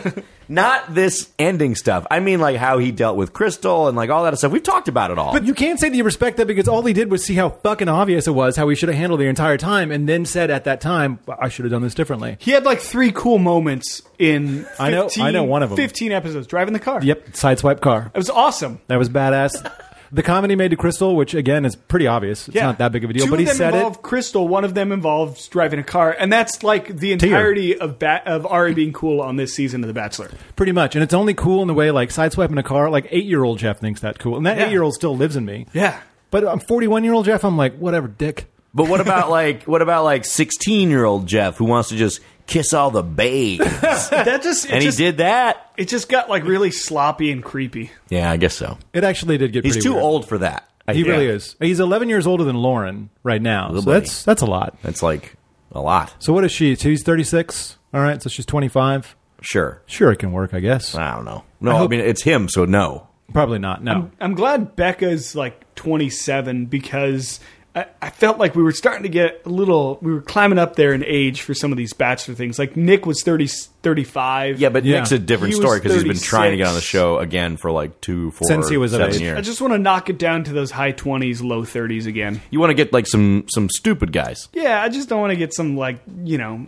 Speaker 2: Not this ending stuff. I mean, like how he dealt with Crystal and like all that stuff. We've talked about it all.
Speaker 1: But you can't say that you respect that because all he did was see how fucking obvious it was how he should have handled the entire time, and then said at that time, "I should have done this differently."
Speaker 3: He had like three cool moments in 15,
Speaker 1: I know- I know one of 'em.
Speaker 3: 15 episodes driving the car.
Speaker 1: Yep, sideswipe car.
Speaker 3: It was awesome.
Speaker 1: That was badass. the comedy made to Crystal, which again is pretty obvious. It's
Speaker 3: Yeah.
Speaker 1: not that big of a deal,
Speaker 3: Two
Speaker 1: but he
Speaker 3: of them
Speaker 1: said
Speaker 3: involved
Speaker 1: it.
Speaker 3: Crystal. One of them involves driving a car, and that's like the entirety of ba- of Ari being cool on this season of The Bachelor.
Speaker 1: Pretty much. And it's only cool in the way like sideswiping a car, like eight year old Jeff thinks that cool. And that
Speaker 3: Yeah.
Speaker 1: eight year old still lives in me.
Speaker 3: Yeah.
Speaker 1: But I'm 41 year old Jeff, I'm like, whatever, dick.
Speaker 2: But what about like what about like sixteen year old Jeff who wants to just kiss all the babes?
Speaker 3: that just it
Speaker 2: and
Speaker 3: just
Speaker 2: he did that.
Speaker 3: it just got like really sloppy and creepy.
Speaker 2: Yeah, I guess so.
Speaker 1: It actually did get
Speaker 2: He's
Speaker 1: pretty
Speaker 2: too
Speaker 1: weird.
Speaker 2: old for that. I
Speaker 1: He
Speaker 2: think.
Speaker 1: really is. He's 11 years older than Lauren right now. So
Speaker 2: buddy.
Speaker 1: that's that's a lot.
Speaker 2: That's like a lot.
Speaker 1: So what is she? She's 36. All right, so she's 25.
Speaker 2: Sure.
Speaker 1: Sure, it can work, I guess.
Speaker 2: I don't know. No, I, mean it's him, so no.
Speaker 1: Probably not. No.
Speaker 3: I'm glad Becca's like 27 because I, I felt like we were starting to get a little, we were climbing up there in age for some of these bachelor things. Like Nick was 30, 35.
Speaker 2: Yeah, but
Speaker 1: Yeah.
Speaker 2: Nick's a different
Speaker 3: He
Speaker 2: story
Speaker 3: was
Speaker 2: because he's been trying to get on the
Speaker 3: 36.
Speaker 2: show again for like two, four,
Speaker 1: Since he was of
Speaker 2: seven
Speaker 1: age.
Speaker 3: I
Speaker 2: years.
Speaker 3: just want to knock it down to those high 20s, low 30s again.
Speaker 2: you want to get like some some stupid guys.
Speaker 3: Yeah, I just don't want to get some like, you know,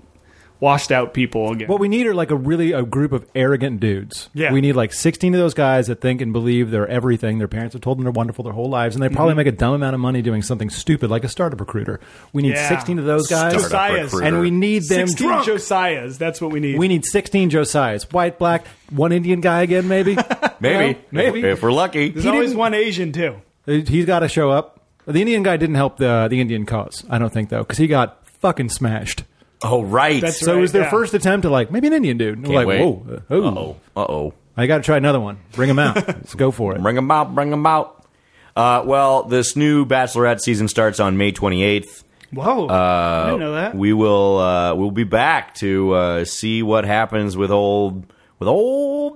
Speaker 3: washed out people again.
Speaker 1: What we need are like a really a group of arrogant dudes.
Speaker 3: Yeah.
Speaker 1: We need like 16 of those guys that think and believe they're everything. Their parents have told them they're wonderful their whole lives, and they
Speaker 3: Mm-hmm.
Speaker 1: probably make a dumb amount of money doing something stupid like a startup recruiter. We need
Speaker 3: Yeah.
Speaker 1: 16 of those guys,
Speaker 2: Startup
Speaker 3: Josiah's.
Speaker 2: recruiter.
Speaker 1: and we need them
Speaker 3: 16
Speaker 1: drunk.
Speaker 3: Josiahs. That's what we need.
Speaker 1: we need 16 Josiahs. White, black, one Indian guy again, maybe? You
Speaker 2: Maybe,
Speaker 1: know, maybe.
Speaker 2: if, if we're lucky.
Speaker 3: There's always
Speaker 1: didn't-
Speaker 3: one Asian, too.
Speaker 1: He's got to show up. The Indian guy didn't help the the Indian cause, I don't think though, because he got fucking smashed.
Speaker 2: Oh right.
Speaker 3: That's
Speaker 1: So it was
Speaker 3: Right,
Speaker 1: their
Speaker 3: yeah.
Speaker 1: first attempt to like maybe an Indian dude. And we're like,
Speaker 2: wait.
Speaker 1: whoa, uh, oh,
Speaker 2: Uh-oh. Uh-oh.
Speaker 1: I got to try another one. Bring him out. Let's go for it.
Speaker 2: Bring 'em out, bring 'em out. Uh, well, this new Bachelorette season starts on May 28th.
Speaker 3: Whoa. I
Speaker 1: Uh,
Speaker 3: didn't
Speaker 1: Oh,
Speaker 3: know that.
Speaker 2: We will uh, we'll be back to uh, see what happens with old with old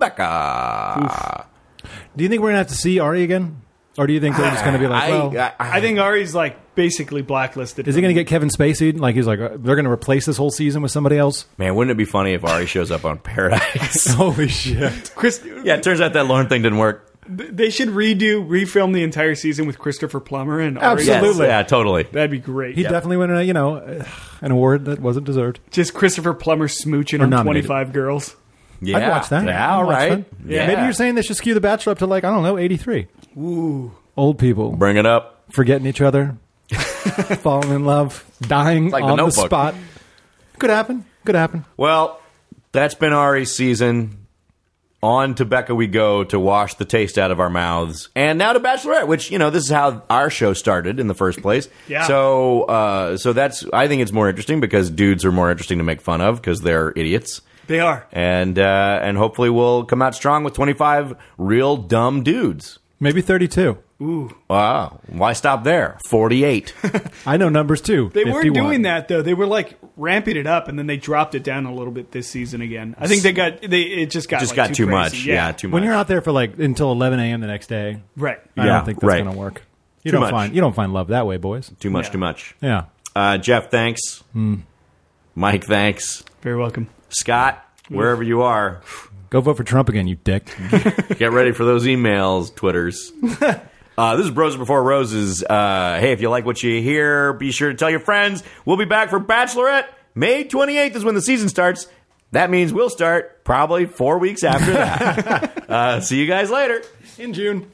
Speaker 2: Becca.
Speaker 1: Do you think we're gonna have to see Ari again, or do you think they're just gonna be like,
Speaker 2: I,
Speaker 1: well,
Speaker 2: I, I,
Speaker 3: I think Ari's like basically blacklisted.
Speaker 1: is he gonna get Kevin Spacey? Like he's like, uh, they're gonna replace this whole season with somebody else?
Speaker 2: man, wouldn't it be funny if Ari shows up on Paradise?
Speaker 1: Holy shit!
Speaker 3: Chris,
Speaker 2: yeah, it turns out that Lauren thing didn't work.
Speaker 3: They should redo, refilm the entire season with Christopher Plummer and Ari.
Speaker 1: Absolutely.
Speaker 2: Yes, yeah, totally.
Speaker 3: That'd be great.
Speaker 1: He definitely won a you know uh, an award that wasn't deserved.
Speaker 3: Just Christopher Plummer smooching on
Speaker 1: nominated.
Speaker 3: 25 girls.
Speaker 2: Yeah,
Speaker 1: I'd watch that.
Speaker 2: Yeah,
Speaker 1: I'd
Speaker 2: all
Speaker 1: watch
Speaker 2: right.
Speaker 1: that.
Speaker 2: Yeah.
Speaker 1: Maybe you're saying they should skew the Bachelor up to like I don't know, eighty three. Ooh, old people
Speaker 2: bring it up.
Speaker 1: forgetting each other, falling in love, dying
Speaker 2: Like The
Speaker 1: on the,
Speaker 2: Notebook.
Speaker 1: spot. Could happen. Could happen.
Speaker 2: Well, that's been Ari's season. On to Becca we go to wash the taste out of our mouths. And now to Bachelorette, which, you know, this is how our show started in the first place.
Speaker 3: Yeah.
Speaker 2: So, uh, so that's, I think it's more interesting because dudes are more interesting to make fun of because they're idiots.
Speaker 3: They are.
Speaker 2: And, uh, and hopefully we'll come out strong with 25 real dumb dudes.
Speaker 1: Maybe thirty two.
Speaker 2: Wow. Why stop there? 48.
Speaker 1: I know numbers too.
Speaker 3: They were
Speaker 1: 51.
Speaker 3: doing that though. They were like ramping it up, and then they dropped it down a little bit this season again. I think they got they it just got
Speaker 2: Just
Speaker 3: like,
Speaker 2: got too,
Speaker 3: crazy.
Speaker 2: much. Yeah. too much.
Speaker 1: When you're out there for like until eleven a.m. the next day,
Speaker 3: right.
Speaker 1: I
Speaker 2: Yeah,
Speaker 1: don't think that's
Speaker 2: right.
Speaker 1: gonna work. You
Speaker 2: Too
Speaker 1: don't
Speaker 2: much.
Speaker 1: find you don't find love that way, boys.
Speaker 2: too much,
Speaker 3: Yeah.
Speaker 2: too much.
Speaker 1: Yeah.
Speaker 2: Uh, Jeff, thanks.
Speaker 1: Hmm.
Speaker 2: Mike, thanks.
Speaker 3: Very welcome.
Speaker 2: Scott, wherever you are,
Speaker 1: Go vote for Trump again, you dick.
Speaker 2: get ready for those emails, Twitters. Uh, this is Bros Before Roses. Uh, hey, if you like what you hear, be sure to tell your friends. We'll be back for Bachelorette. May 28th is when the season starts. That means we'll start probably four weeks after that. uh, see you guys later.
Speaker 1: in June.